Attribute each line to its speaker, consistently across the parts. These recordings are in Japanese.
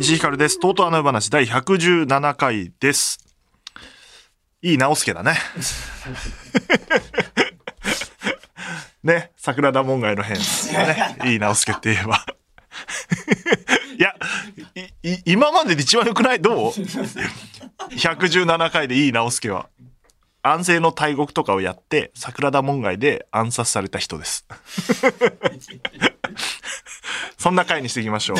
Speaker 1: 石井ひかるです。とうとうあの世話第117回です。いい直輔だね。ね、桜田門外の変ですよね。いい直輔って言えば。いやいい、今までで一番良くないどう ?117 回でいい直輔は。安政の大獄とかをやって、桜田門外で暗殺された人です。そんな回にしていきましょう。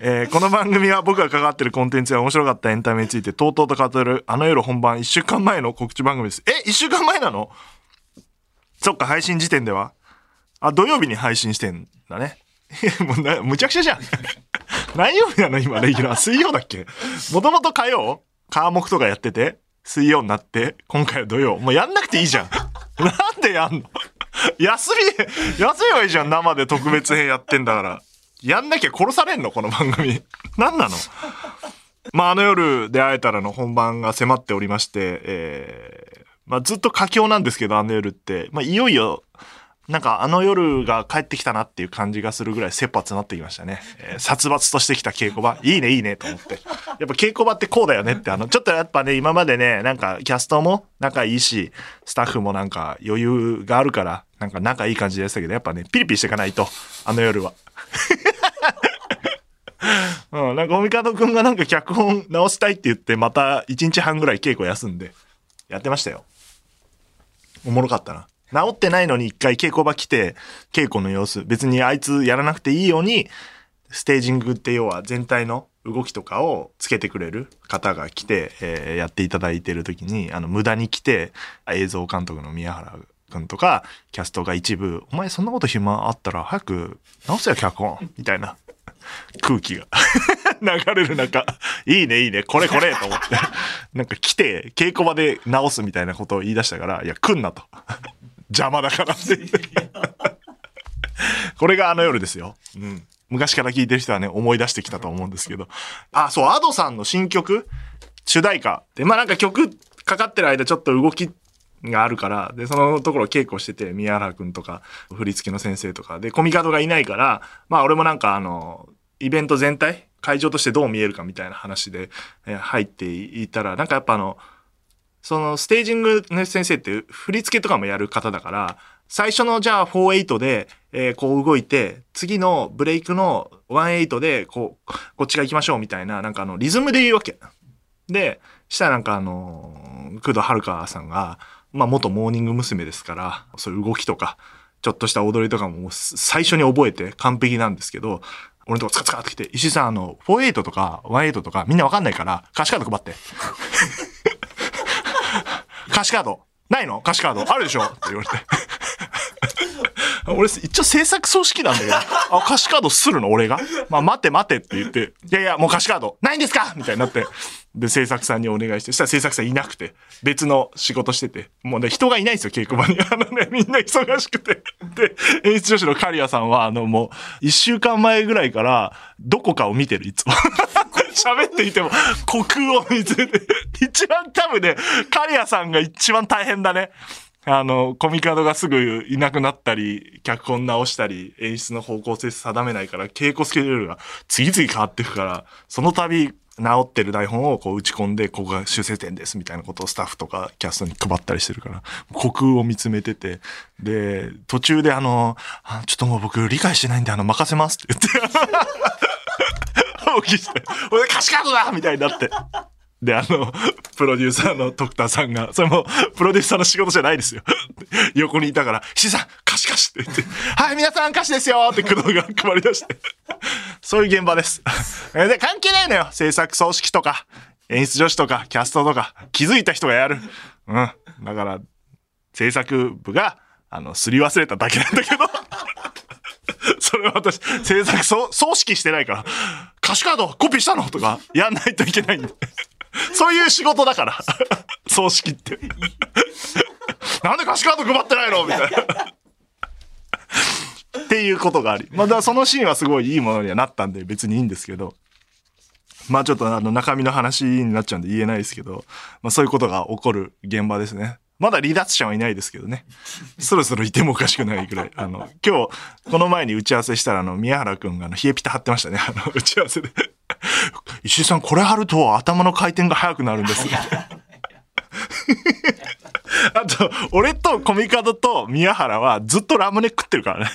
Speaker 1: えーこの番組は僕が関わってるコンテンツや面白かったエンタメについてとうとうと語るあの夜本番1週間前の告知番組です。え ?1 週間前なのそっか、配信時点では。あ、土曜日に配信してんだね。 もうな、むちゃくちゃじゃん。 何曜日なの今、レギュラー。水曜だっけもともと火曜火木とかやってて、水曜になって、今回は土曜。もうやんなくていいじゃん。 なんでやんの 休み、休めばいいじゃん。生で特別編やってんだから。やんなきゃ殺されんのこの番組。何なの まあ、あの夜で会えたらの本番が迫っておりまして、えーまあ、ずっと佳境なんですけど、あの夜って、まあ、いよいよ、なんかあの夜が帰ってきたなっていう感じがするぐらい切羽詰まってきましたね。えー殺伐としてきた稽古場。いいね、いいね、と思って。やっぱ稽古場ってこうだよねって、あの、ちょっとやっぱね、今までね、なんかキャストも仲いいし、スタッフもなんか余裕があるから、なんか仲いい感じでしたけど、やっぱね、ピリピリしていかないと、あの夜は。うん、なんか、オミカドくんがなんか脚本直したいって言って、また1日半ぐらい稽古休んで、やってましたよ。おもろかったな。治ってないのに一回稽古場来て、稽古の様子、別にあいつやらなくていいように、ステージングって要は全体の動きとかをつけてくれる方が来て、えーやっていただいてる時に、あの、無駄に来て、映像監督の宮原くんとか、キャストが一部、お前そんなこと暇あったら早く直せよ脚本みたいな空気が 流れる中、いいねいいね、これこれと思って、なんか来て稽古場で直すみたいなことを言い出したから、いや、来んなと。邪魔だからって言って。 これがあの夜ですよ。うん。昔から聞いてる人はね、思い出してきたと思うんですけど。あ、そう、アドさんの新曲、主題歌。で、まあなんか曲かかってる間ちょっと動きがあるから、で、そのところ稽古してて、宮原くんとか、振り付けの先生とか、で、コミカドがいないから、まあ俺もなんかあの、イベント全体、会場としてどう見えるかみたいな話で、えー入っていたら、なんかやっぱあの、そのステージングの先生って振り付けとかもやる方だから、最初のじゃあ4-8で、えーこう動いて、次のブレイクの1-8で、こう、こっちが行きましょうみたいな、なんかあの、リズムで言うわけ。で、したらなんかあのー工藤遥さんが、まあ元モーニング娘。ですから、そういう動きとか、ちょっとした踊りとかももうす最初に覚えて完璧なんですけど、俺のとこツカツカってきて、石井さんあの、4-8とか1-8とかみんなわかんないから、歌詞カード配って。歌詞カードないの歌詞カードあるでしょって言われて。俺、一応制作組織なんだけど、あ、歌詞カードするの俺がまあ、待て待てって言って、いやいや、もう歌詞カードないんですかみたいになって、で、制作さんにお願いして、そしたら制作さんいなくて、別の仕事してて、もうね、人がいないんですよ、稽古場に。あ のね、みんな忙しくて。で、演出女子のカリアさんは、あの、もう、一週間前ぐらいから、どこかを見てる、いつも。 喋っていても、虚空を見つめて、一番多分ね、カリアさんが一番大変だね。あの、コミカドがすぐいなくなったり、脚本直したり、演出の方向性定めないから、稽古スケジュールが次々変わっていくから、その度、直ってる台本をこう打ち込んで、ここが修正点ですみたいなことをスタッフとかキャストに配ったりしてるから、虚空を見つめてて、で、途中であの、あちょっともう僕理解してないんで、あの、任せますって言って、 放棄して、俺歌詞カードだみたいになって。で、あの、 プロデューサーの徳田さんが、それも、プロデューサーの仕事じゃないですよ。 横にいたから、石井さん、歌詞歌詞って言って、はい、皆さん歌詞ですよって工藤が 配り出して。そういう現場です。 で、関係ないのよ。制作葬式とか、演出女子とか、キャストとか、気づいた人がやる。うん。だから、制作部が、あの、すり忘れただけなんだけど。 それは私、制作、そう、葬式してないから、歌詞カードコピーしたのとか、やんないといけないんで。そういう仕事だから。葬式って。なんで歌詞カード配ってないのみたいな。っていうことがあり。まあだからそのシーンはすごいいいものにはなったんで別にいいんですけど。まあちょっとあの中身の話になっちゃうんで言えないですけど、まあそういうことが起こる現場ですね。まだ離脱者はいないですけどね。そろそろいてもおかしくないぐらい。あの、今日、この前に打ち合わせしたら、あの、宮原くんが、あの、冷えピタ貼ってましたね。あの、打ち合わせで。 石井さん、これ貼ると頭の回転が速くなるんです。あと、俺とコミカドと宮原はずっとラムネ食ってるからね。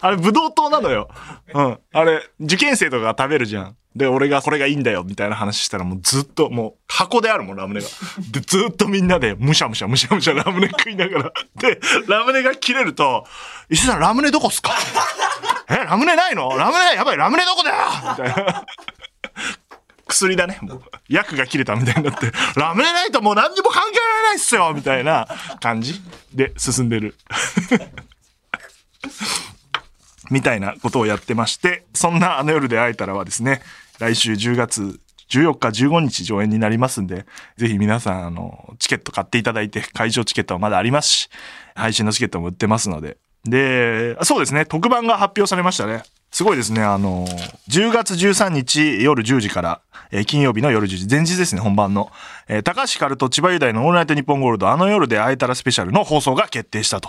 Speaker 1: あれ、ブドウ糖なのよ。うん。あれ、受験生とかが食べるじゃん。で、俺がこれがいいんだよ、みたいな話したら、もうずっと、もう箱であるもん、ラムネが。で、ずっとみんなで、むしゃむしゃむしゃむしゃラムネ食いながら。で、ラムネが切れると、石井さん、ラムネどこっすかえ、ラムネないのラムネないやばい、ラムネどこだよみたいな。薬だね。もう薬が切れたみたいになって、ラムネないともう何にも関係ないっすよみたいな感じで進んでる。みたいなことをやってまして、そんなあの夜で会えたらはですね、来週10月14日、15日上演になりますんで、ぜひ皆さん、あの、チケット買っていただいて、会場チケットはまだありますし、配信のチケットも売ってますので。で、あそうですね、特番が発表されましたね。すごいですね、あの、10月13日夜10時から、えー金曜日の夜10時、前日ですね、本番の、えー高橋カルと千葉雄大のオールナイトニッポンゴールド、あの夜で会えたらスペシャルの放送が決定したと。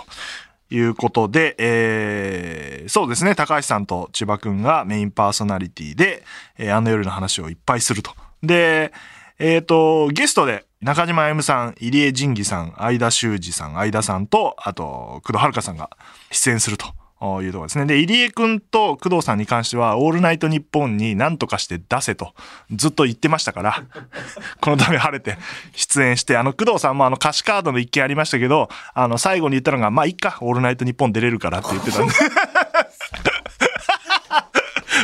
Speaker 1: いうことで、えーそうですね、高橋さんと千葉くんがメインパーソナリティで、えーあの夜の話をいっぱいすると。で、えっ、と、ゲストで、中島歩さん、入江仁義さん、相田修二さん、相田さんと、あと、工藤遥さんが出演すると。いうところですね。で、入江くんと工藤さんに関しては、オールナイトニッポンに何とかして出せと、ずっと言ってましたから、 この度晴れて出演して、あの、工藤さんもあの歌詞カードの一件ありましたけど、あの、最後に言ったのが、まあ、いっか、オールナイトニッポン出れるからって言ってたんで。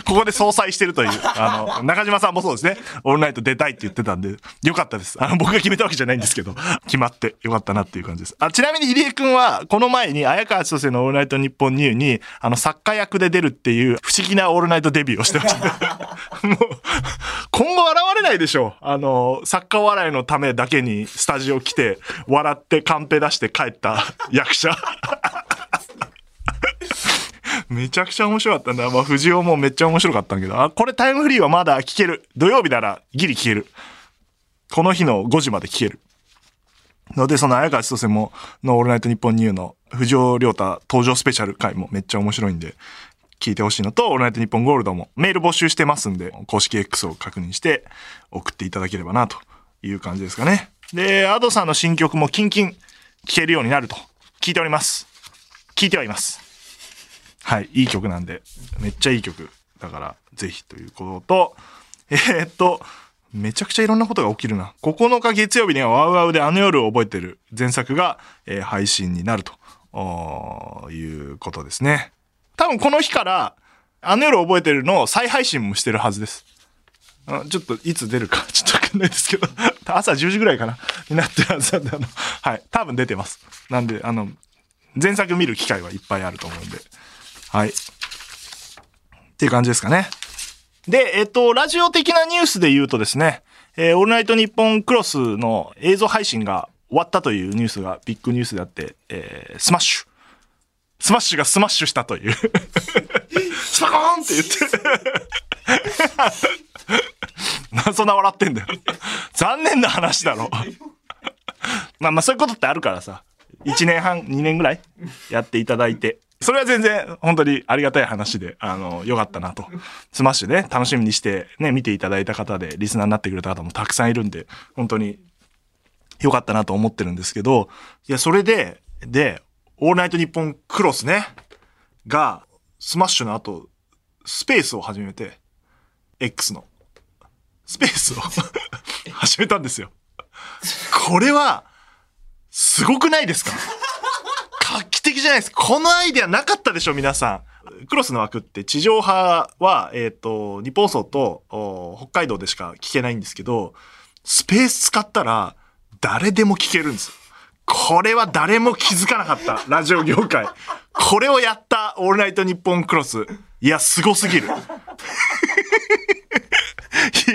Speaker 1: ここで総裁してるという、あの、中島さんもそうですね。オールナイト出たいって言ってたんで、よかったです。あの、僕が決めたわけじゃないんですけど、決まってよかったなっていう感じです。あ、ちなみに入江くんは、この前に、綾川千歳のオールナイト日本ニューに、あの、作家役で出るっていう、不思議なオールナイトデビューをしてました。も う、今後現れないでしょう。あの、作家笑いのためだけに、スタジオ来て、笑って、カンペ出して帰った役者。めちゃくちゃ面白かったんだ。まあ、藤尾もめっちゃ面白かったんだけど。あ、これタイムフリーはまだ聞ける。土曜日ならギリ聞ける。この日の5時まで聞ける。ので、その綾川千歳も、のオールナイトニッポンニューの藤尾亮太登場スペシャル回もめっちゃ面白いんで、聞いてほしいのと、オールナイトニッポンゴールドもメール募集してますんで、公式 X を確認して送っていただければな、という感じですかね。で、アドさんの新曲もキンキン聴けるようになると聞いております。聞いてはいます。はい、いい曲なんで、めっちゃいい曲。だから、ぜひということと、えーっと、めちゃくちゃいろんなことが起きるな。9日月曜日にはワウワウであの夜を覚えてる前作が、えー配信になるとおーいうことですね。多分この日から、あの夜を覚えてるのを再配信もしてるはずです。あちょっといつ出るか ちょっとわかんないですけど、朝10時ぐらいかなになってるはずなんで、あの、はい、多分出てます。なんで、あの、前作見る機会はいっぱいあると思うんで。はい。っていう感じですかね。で、えっと、ラジオ的なニュースで言うとですね、えーオールナイトニッポンクロスの映像配信が終わったというニュースがビッグニュースであって、えースマッシュ。スマッシュがスマッシュしたという。スパコーンって言って。 なそんな笑ってんだよ。残念な話だろ。まあまあそういうことってあるからさ。1年半、2年ぐらいやっていただいて。それは全然本当にありがたい話で、あの、よかったなと。スマッシュね、楽しみにしてね、見ていただいた方で、リスナーになってくれた方もたくさんいるんで、本当によかったなと思ってるんですけど、いや、それで、で、オールナイトニッポンクロスね、が、スマッシュの後、スペースを始めて、X の、スペースを 始めたんですよ。これは、すごくないですか画期的じゃないですか。このアイデアなかったでしょ、皆さん。クロスの枠って地上波は、えっ、と、日本層とお北海道でしか聞けないんですけど、スペース使ったら誰でも聞けるんですよ。これは誰も気づかなかった。ラジオ業界。これをやったオールナイトニッポンクロス。いや、すごすぎる。い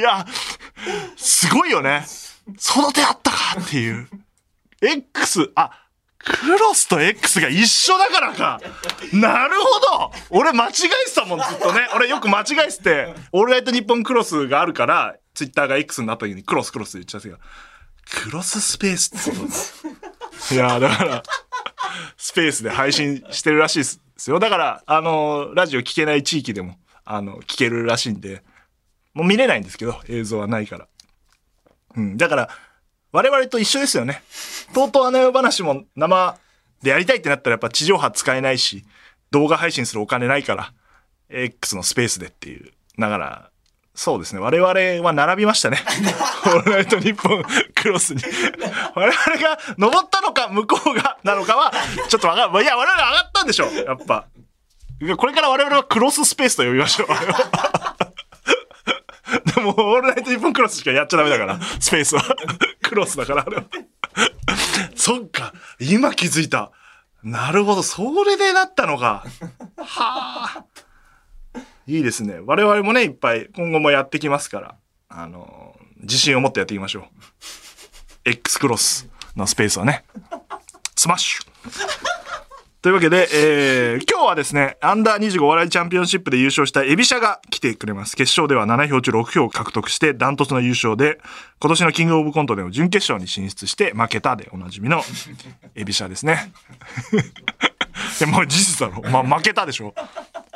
Speaker 1: や、すごいよね。その手あったかっていう。X、あ、クロスと X が一緒だからかなるほど俺間違えてたもん、ずっとね。俺よく間違えてて、オールライトニッポンクロスがあるから、ツイッターが X になった時にクロスクロスって言っちゃってたけど、クロススペースってことです。いやー、だから、スペースで配信してるらしいですよ。だから、あのーラジオ聞けない地域でも、あの、聞けるらしいんで、もう見れないんですけど、映像はないから。うん、だから、我々と一緒ですよね。とうとうあの世話も生でやりたいってなったらやっぱ地上波使えないし、動画配信するお金ないから、X のスペースでっていう。だから、そうですね。我々は並びましたね。オールナイトニッポンクロスに。我々が登ったのか、向こうがなのかは、ちょっとわかんない。いや、我々上がったんでしょ。やっぱ。これから我々はクロススペースと呼びましょう。でも、オールナイトニッポンクロスしかやっちゃダメだから、スペースは。 クロスだから、あれは。 そっか、今気づいた。なるほど、それでなったのか。はあ。いいですね。我々もね、いっぱい今後もやってきますから、あの、自信を持ってやっていきましょう。X クロスのスペースはね。スマッシュというわけで、えー今日はですね、アンダー25お笑いチャンピオンシップで優勝したエビシャが来てくれます。決勝では7票中6票を獲得して、ダントツの優勝で、今年のキングオブコントでも準決勝に進出して、負けたでおなじみのエビシャですね。 でもう事実だろ。まあ、負けたでしょ。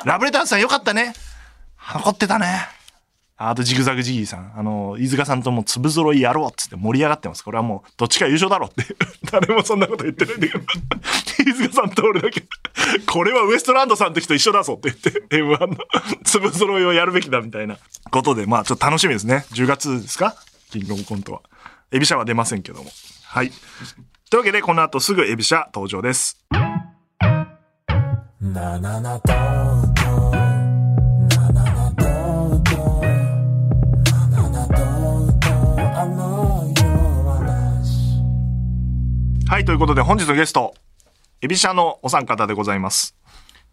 Speaker 1: ラブレターズさんよかったね。残ってたね。あとジグザグジギーさん。あの、飯塚さんともう粒揃いやろうっつって盛り上がってます。これはもう、どっちか優勝だろうって。 誰もそんなこと言ってないんだけど。 飯塚さんと俺だけ、 これはウエストランドさんの時と一緒だぞって言って、M1 の 粒揃いをやるべきだみたいなことで、まあちょっと楽しみですね。10月ですかキングオブコントは。エビシャは出ませんけども。はい。というわけで、この後すぐエビシャ登場です。
Speaker 2: なななとうとうなななとうとうなななとうとう I know you 話
Speaker 1: はい、ということで本日のゲスト、エビシャのお三方でございます。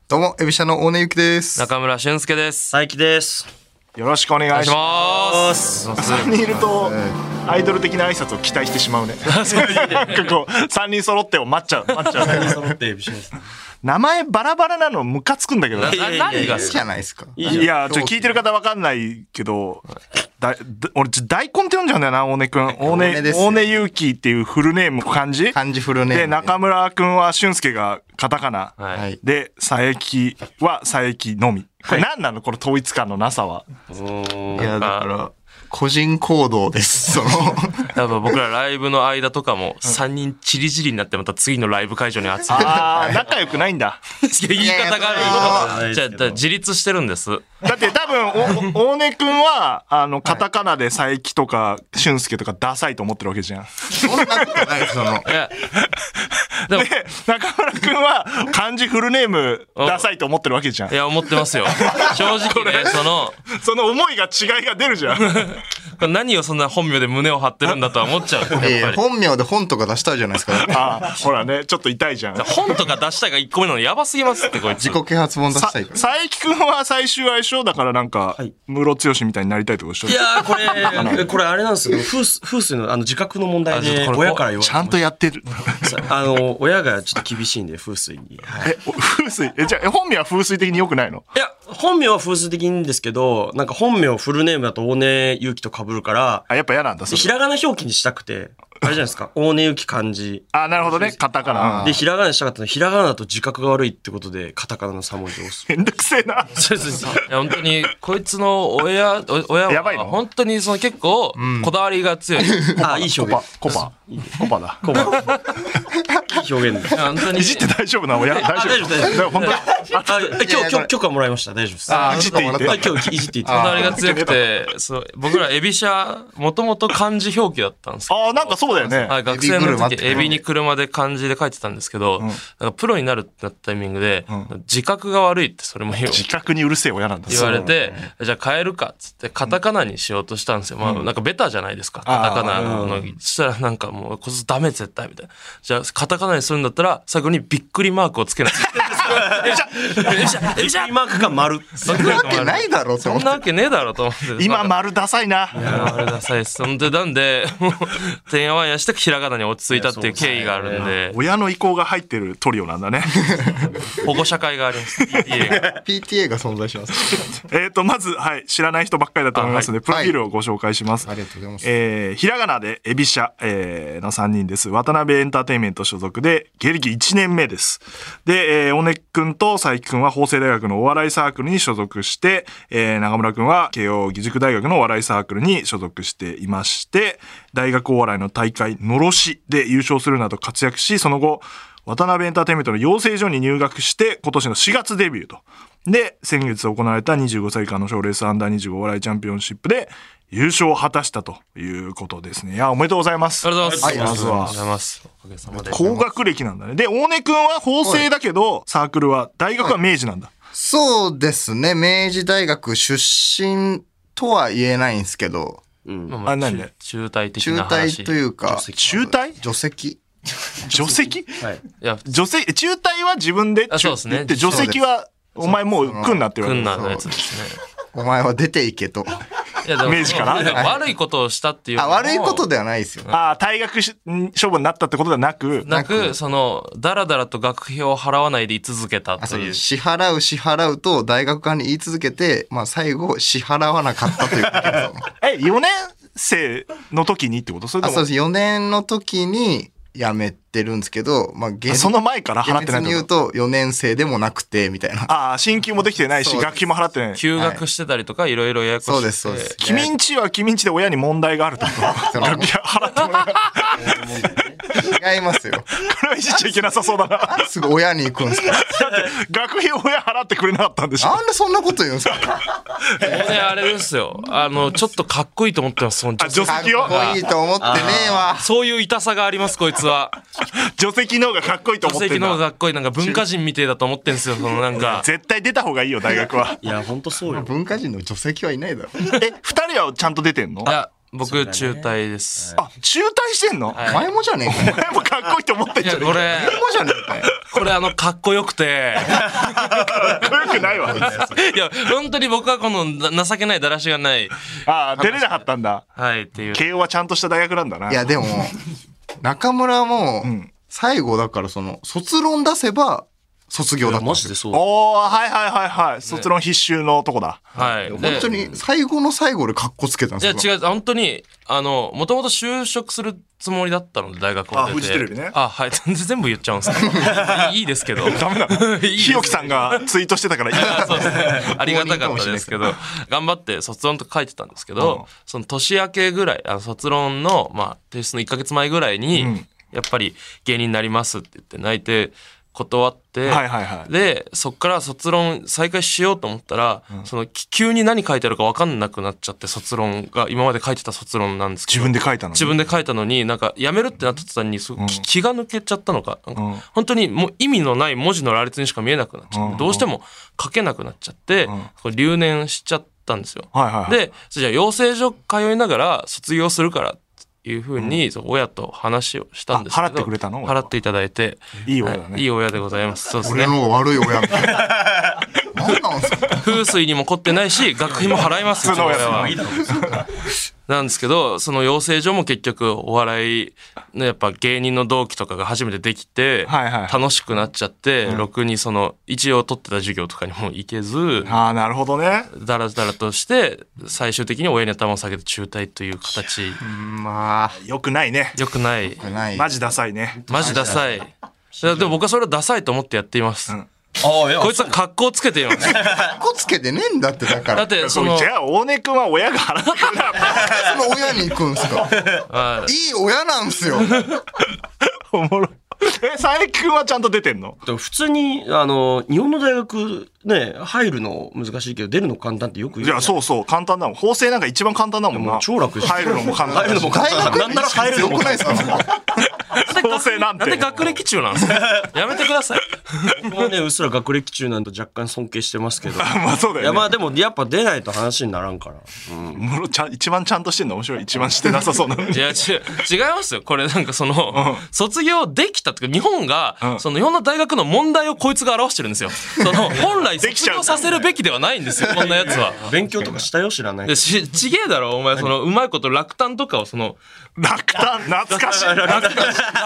Speaker 3: どうも、エビシャの大根ゆきです。
Speaker 4: 中村俊介です。
Speaker 5: 佐伯です。
Speaker 1: よろしくお願いし
Speaker 4: お願
Speaker 1: ま
Speaker 4: い
Speaker 1: す
Speaker 4: し。ます。
Speaker 1: 3人いるとアイドル的な挨拶を期待してしまうね。なんか こう3人揃ってを待っちゃう待っちゃうね。
Speaker 5: 揃ってエビシャです。
Speaker 1: 名前バラバラなのムカつくんだけど。
Speaker 4: ないな何が
Speaker 3: 好きじゃないですか。
Speaker 5: いいじゃん。
Speaker 1: やちょっと聞いてる方わかんないけど、だだ俺ちょ大根って呼んじゃうんだよな大根くん。大
Speaker 3: 大根で
Speaker 1: 根
Speaker 3: すよ
Speaker 1: 大根ゆうきっていうフルネーム漢字。
Speaker 3: 漢字フルネーム
Speaker 1: で中村くんは俊介がカタカナ。
Speaker 4: は。
Speaker 3: はいい。
Speaker 1: で佐伯は佐伯のみ。これ何なのこの統一感のなさ は。
Speaker 4: おー
Speaker 3: いや、だから、個人行動です。その、
Speaker 4: やっぱ僕らライブの間とかも3人チリチリになってまた次のライブ会場に集まる
Speaker 1: あー仲良くないんだ。
Speaker 4: 言い方がある
Speaker 5: いやいや
Speaker 4: じゃあだから自立してるんです。
Speaker 1: だって多分、お、大根くんは、あの、カタカナで佐伯とか、俊介とかダサいと思ってるわけじゃん。
Speaker 3: そんなことないその。
Speaker 4: いやでも
Speaker 1: で、中村くんは、漢字フルネーム、ダサいと思ってるわけじゃん
Speaker 4: い。や思ってますよ。正直ねその
Speaker 1: その思いが違いが出るじゃん。
Speaker 4: これ何をそんな本名で胸を張ってるんだとは思っちゃうやっぱ
Speaker 3: いやいや
Speaker 4: り。
Speaker 3: 本名で本とか出したいじゃないですか。
Speaker 1: あほらね、ちょっと痛いじゃん。さ
Speaker 4: 本とか出したが1個目なのやばすぎますってこいつ
Speaker 3: 自。己啓発本出したいから。
Speaker 1: 佐伯くんは最終相性だからなんか、ムロツヨシみたいになりたいってことでしょ
Speaker 5: いやーこれ、これあれなんですよ。風水、風水のあの自覚の問題
Speaker 4: あちょっ
Speaker 5: で、
Speaker 4: とこれ
Speaker 5: 親から言われて
Speaker 3: ちゃんとやってる。
Speaker 5: あの、親がちょっと厳しいんで、風水に。はい
Speaker 1: え、お風水、 え、じゃあ、え本名は風水的に良くないの
Speaker 5: いや、本名は風水的にいいんですけど、なんか本名フルネームだと大根ゆうきと被るから、
Speaker 1: あ、やっぱ嫌なんだ、そ
Speaker 5: ひ
Speaker 1: れ。
Speaker 5: らがな表記にしたくて、あれじゃないですか。大根ゆき漢字。
Speaker 1: あ、なるほどね、カタカナ。うん
Speaker 5: で、ひらがなにしたかったのひらがなだと自覚が悪いってことで、カタカナの3文字を 押す。
Speaker 1: めんどくせえな。
Speaker 5: そうですそうです
Speaker 4: いや本当にこいつの親お親
Speaker 1: やばいの
Speaker 4: は本当にその結構こだわりが強い。
Speaker 5: あ、いい表
Speaker 1: コパ
Speaker 5: 現。、
Speaker 1: コパ、コパだ。
Speaker 5: いい表 現だ。
Speaker 4: 本当に
Speaker 1: いじって大丈夫な親大丈
Speaker 5: 大丈夫大丈夫
Speaker 1: 夫。でも本当に
Speaker 5: あ、今日、今日、許可もらいました。大丈夫です。
Speaker 1: いじっていいって
Speaker 5: はい、今日いじっていいです。
Speaker 4: こだわりが強くて、そう、僕らエビシャ、もともと漢字表記だったんですけど
Speaker 1: ああ、なんかそうだよね。
Speaker 4: はい、学生の
Speaker 3: 車っ
Speaker 4: 時
Speaker 3: て
Speaker 4: エビに車で漢字で書いてたんですけど、なんかプロになるってなったタイミングで、自覚が悪いってそれも言う
Speaker 1: 自覚にうるせえ親なんだ。
Speaker 4: 言われて、じゃあ変えるかっつって、カタカナにしようとしたんですよ。まあ、なんかベタじゃないですか、カタカナの。そしたらなんか もう、こそダメ絶対みたいな。じゃあ、カタカナにするんだったら、最後にびっくりマークをつけないといけないんですよ よいしょよいしょ
Speaker 5: マーク が丸。
Speaker 4: そんな
Speaker 3: わけないだろって
Speaker 4: そ
Speaker 3: 思っ
Speaker 4: ん
Speaker 3: て
Speaker 4: なわけねえだろと思って。
Speaker 1: 今、丸ダサいな。
Speaker 4: いやあれダサいです。ほんで、なんで、もう、てんやわんやして、ひらがなに落ち着いたっていう経緯があるんで、
Speaker 1: 親の意向が入ってるトリオなんだね。
Speaker 4: 保護者会があります。 家が
Speaker 3: PTA が存在します。
Speaker 1: えっと、まず、はい、知らない人ばっかりだと思いますので、プロフィールをご紹介します。
Speaker 3: ありがとうございます。
Speaker 1: えーひらがなでエビシャ、えーの3人です。渡辺エンターテインメント所属で、芸歴1年目です。で、えー、小根くんと佐伯くんは法政大学のお笑いサークルに所属して、えー中村くんは慶応義塾大学のお笑いサークルに所属していまして、大学お笑いの大会、のろしで優勝するなど活躍し、その後、渡辺エンターテインメントの養成所に入学して、今年の4月デビューと。で、先月行われた25歳以下の賞レースアンダー25お笑いチャンピオンシップで優勝を果たしたということですね。いや、おめでとうございます
Speaker 4: あ。りがとうござい
Speaker 3: は
Speaker 4: ます。
Speaker 3: い
Speaker 4: あ
Speaker 3: ま
Speaker 4: り
Speaker 3: ず
Speaker 4: が
Speaker 3: は
Speaker 4: とうございます。おかげさまで。
Speaker 1: 高学歴なんだね。で、大根くんは法政だけど、サークルは、大学は明治なんだ。
Speaker 3: そうですね。明治大学出身とは言えないんですけど、
Speaker 4: まあまあ
Speaker 1: あなんで
Speaker 4: 中中退的
Speaker 3: 中
Speaker 4: な話。
Speaker 3: 退というか、
Speaker 1: 中退
Speaker 3: 除籍
Speaker 1: 除籍
Speaker 5: はい。。
Speaker 4: いや、
Speaker 1: 除籍、中退は自分で
Speaker 4: あ
Speaker 1: 中
Speaker 4: そうですね
Speaker 1: 言って除籍は、お前もう来んなって言わ
Speaker 4: く
Speaker 1: れ
Speaker 4: ん
Speaker 1: た。
Speaker 4: なのやつで すね。
Speaker 3: お前は出ていけと。
Speaker 4: いや、で
Speaker 1: 明治から
Speaker 4: いや悪いことをしたっていう。
Speaker 3: あ、悪いことではないですよ。
Speaker 1: ああ、退学しん処分になったってことではなく、
Speaker 4: なく、その、だらだらと学費を払わないで居続けた
Speaker 3: あ
Speaker 4: と
Speaker 3: そう
Speaker 4: いう。
Speaker 3: 支払う支払うと大学側に言い続けて、まあ最後支払わなかったということです
Speaker 1: え、4
Speaker 3: よね
Speaker 1: 年生の時にってことそれ
Speaker 3: あ
Speaker 1: と
Speaker 3: そう
Speaker 1: も、
Speaker 3: です。4年の時に辞めてるんですけど、まあ厳
Speaker 1: あその前から
Speaker 3: 厳
Speaker 1: 払っ
Speaker 3: 密
Speaker 1: てないっ
Speaker 3: に
Speaker 1: て
Speaker 3: 言
Speaker 1: こ
Speaker 3: う
Speaker 1: と
Speaker 3: と4年生でもなくて、みた いな。
Speaker 1: ああ、進級もできてないし、
Speaker 3: そうです
Speaker 1: 学費も払ってない。
Speaker 4: 休学してたりとか、いろいろややこしくて
Speaker 3: そうです、そうです。
Speaker 1: 君んちは君んちで親に問題があるってこと
Speaker 3: その
Speaker 1: 学費払ってもらう。
Speaker 3: 違いますよ。
Speaker 1: これはいじっちゃいけなさそうだな。だ
Speaker 3: すぐ親に行くんですか
Speaker 1: って、学費親払ってくれなかったんでしょ
Speaker 3: なんでそんなこと言うんですか
Speaker 4: もうね、あれですよ。あの、ちょっとかっこいいと思ってます、その
Speaker 1: あ除
Speaker 3: かっ
Speaker 1: 籍を
Speaker 3: こいいと思ってねえわ。
Speaker 4: そういう痛さがあります、こいつは。
Speaker 1: 除籍の方がかっこいいと思
Speaker 4: 女
Speaker 1: って
Speaker 4: 性
Speaker 1: ん
Speaker 4: の方
Speaker 1: だ。
Speaker 4: がかっこいい、なんか文化人みてえだと思ってんすよ、そのな んか。
Speaker 1: 絶対出た方がいいよ、大学は
Speaker 5: いや、ほんとそうよ。
Speaker 3: 文化人の女籍はいないだろ。
Speaker 1: え、二人はちゃんと出てんの
Speaker 4: いや、僕、中退です。
Speaker 1: あ、中退してんの
Speaker 4: はい
Speaker 3: 前もじゃねえかよ。
Speaker 1: でもかっこいいと思ってんじ
Speaker 4: い
Speaker 1: ゃ
Speaker 4: や、
Speaker 1: ん。
Speaker 4: こ
Speaker 1: か
Speaker 4: れ、
Speaker 3: 前もじゃねえかよ。
Speaker 4: これあの、かっこよ くて。
Speaker 1: っこよくないわ。
Speaker 4: いや、本当に僕はこの、な情けない、だらしがない。
Speaker 1: あー、出れなかったんだ。
Speaker 4: はい、っていう。
Speaker 1: 慶応はちゃんとした大学なんだな。
Speaker 3: いや、でも、中村も
Speaker 1: ん、
Speaker 3: 最後だからその、卒論出せば、卒業だったん
Speaker 5: マ
Speaker 3: です
Speaker 5: ジ
Speaker 3: よ
Speaker 5: でそう。
Speaker 1: おー、はいはいはいはい。卒論必修のとこだ。
Speaker 4: はい。
Speaker 3: 本当に、最後の最後でカッコつけたん
Speaker 4: いや、
Speaker 3: ですよ。
Speaker 4: 違う、本当に、あの、もともと就職するつもりだったので、大学を出て。
Speaker 1: あフジテレビね
Speaker 4: あ、はい。全然全部言っちゃうん ですかいいいいですけど。
Speaker 1: ダメだ。
Speaker 4: いいです
Speaker 1: 日置さんがツイートしてたからいい
Speaker 4: あ そうです ね。ありがたかったですけど、頑張って卒論とか書いてたんですけど、その年明けぐらい、あの卒論の、まあ、提出の1ヶ月前ぐらいに、
Speaker 1: うん
Speaker 4: やっぱり芸人になりますって言って泣いて断って、
Speaker 1: はいはいはい
Speaker 4: で、そっから卒論再開しようと思ったら、その急に何書いてあるか分かんなくなっちゃって卒論が、今まで書いてた卒論なんですけど。
Speaker 1: 自分で書いたのに
Speaker 4: 自分で書いたのに、なんか、やめるってなった途端に、すごい気気が抜けちゃったのか、なんか本当にもう意味のない文字の羅列にしか見えなくなっちゃって、どうしても書けなくなっちゃって、これ留年しちゃったんですよ。
Speaker 1: はいはいはい
Speaker 4: で、じゃあ養成所通いながら卒業するからっていうふうに、そう親と話をしたんですけど。
Speaker 1: あ払ってくれたの
Speaker 4: 払っていただいて。
Speaker 1: いい親だね
Speaker 4: はいいい親でございます。そうです
Speaker 3: 俺
Speaker 4: ね。
Speaker 3: の方が悪い親みたいな。 何なんすか
Speaker 4: 風水にも凝ってな いし、学費も払います。
Speaker 1: 普通の親だ
Speaker 4: うちのはなんですけど、その養成所も結局お笑いのやっぱ芸人の同期とかが初めてできて、
Speaker 1: はいはい
Speaker 4: 楽しくなっちゃって、ろくにその一応取ってた授業とかにも行けず、
Speaker 1: ああ、なるほどね。
Speaker 4: だらだらとして、最終的に親に頭を下げて中退という形、
Speaker 3: まあ、
Speaker 1: よくないね。
Speaker 4: 良くない。
Speaker 3: 良くない。
Speaker 1: マジダサいね。
Speaker 4: マジダサい。いやでも僕はそれをダサいと思ってやっています。
Speaker 5: ああ、いや
Speaker 4: こいつは格好つけています。
Speaker 3: カッコつけてねえんだって、だか
Speaker 4: だっ
Speaker 3: ら。
Speaker 4: て、そ
Speaker 1: そう
Speaker 4: の
Speaker 1: じ、ゃあ、大根くんは親が払ってくれなかった。
Speaker 3: その親に行くんすか。
Speaker 4: はい
Speaker 3: いい親なんすよ。
Speaker 1: おもろい。え、佐伯くんはちゃんと出てんの
Speaker 5: 普通に、あの、日本の大学ね、入るの難しいけど、出るの簡単ってよく言う
Speaker 1: い
Speaker 5: じゃん。
Speaker 1: や、そうそう、簡単だもん。法制なんか一番簡単だもん
Speaker 5: も
Speaker 1: な。
Speaker 5: う超楽
Speaker 1: 入るのも簡単だし。
Speaker 5: 入るのも簡単。
Speaker 3: なんなら入るよくないですか
Speaker 1: 法制なん
Speaker 4: なんで
Speaker 1: て。
Speaker 4: 学歴中なんですかやめてください。
Speaker 5: 僕もね、うっすら学歴中なんと若干尊敬してます けど。
Speaker 1: まあそうだ
Speaker 5: いや、
Speaker 1: よ
Speaker 5: ま
Speaker 1: ね。
Speaker 5: あでも、やっぱ出ないと話にならんから。
Speaker 1: もろちゃん一番ちゃんとしてんの面白い。一番してなさそうなのに
Speaker 4: いや、違う、違いますよ。これなんかその、卒業できたっていうか、日本が、その日本の大学の問題をこいつが表してるんですよ。その、本来
Speaker 1: できち
Speaker 4: 卒
Speaker 1: ゃう
Speaker 4: 業させるべきではないんですよ、こんなやつは。
Speaker 5: 勉強とかしたよ、知らない
Speaker 4: いや。し、ちげえだろ、お前、その、うまいこと落胆とかを、その、
Speaker 1: 楽単、懐かしい。
Speaker 4: 楽な、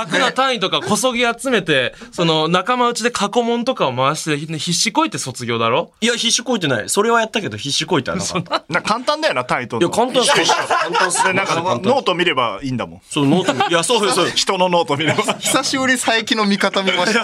Speaker 4: 楽な単位とかこそぎ集めて、その、仲間内で過去問とかを回して、必死こいて卒業だろ
Speaker 5: いや、必死こいてない。それはやったけど、必死こいてはなかった。
Speaker 1: な簡単だよな、タイト
Speaker 5: い
Speaker 1: ル。
Speaker 5: や、簡単っすよ。簡単っす
Speaker 1: で
Speaker 5: よ。
Speaker 1: なんか、
Speaker 5: 簡単
Speaker 1: ノート見ればいいんだもん。
Speaker 5: そう、ノート。いや、そうよ、そうよ。
Speaker 1: 人のノート見れば。
Speaker 3: 久しぶり最近の見方見ました。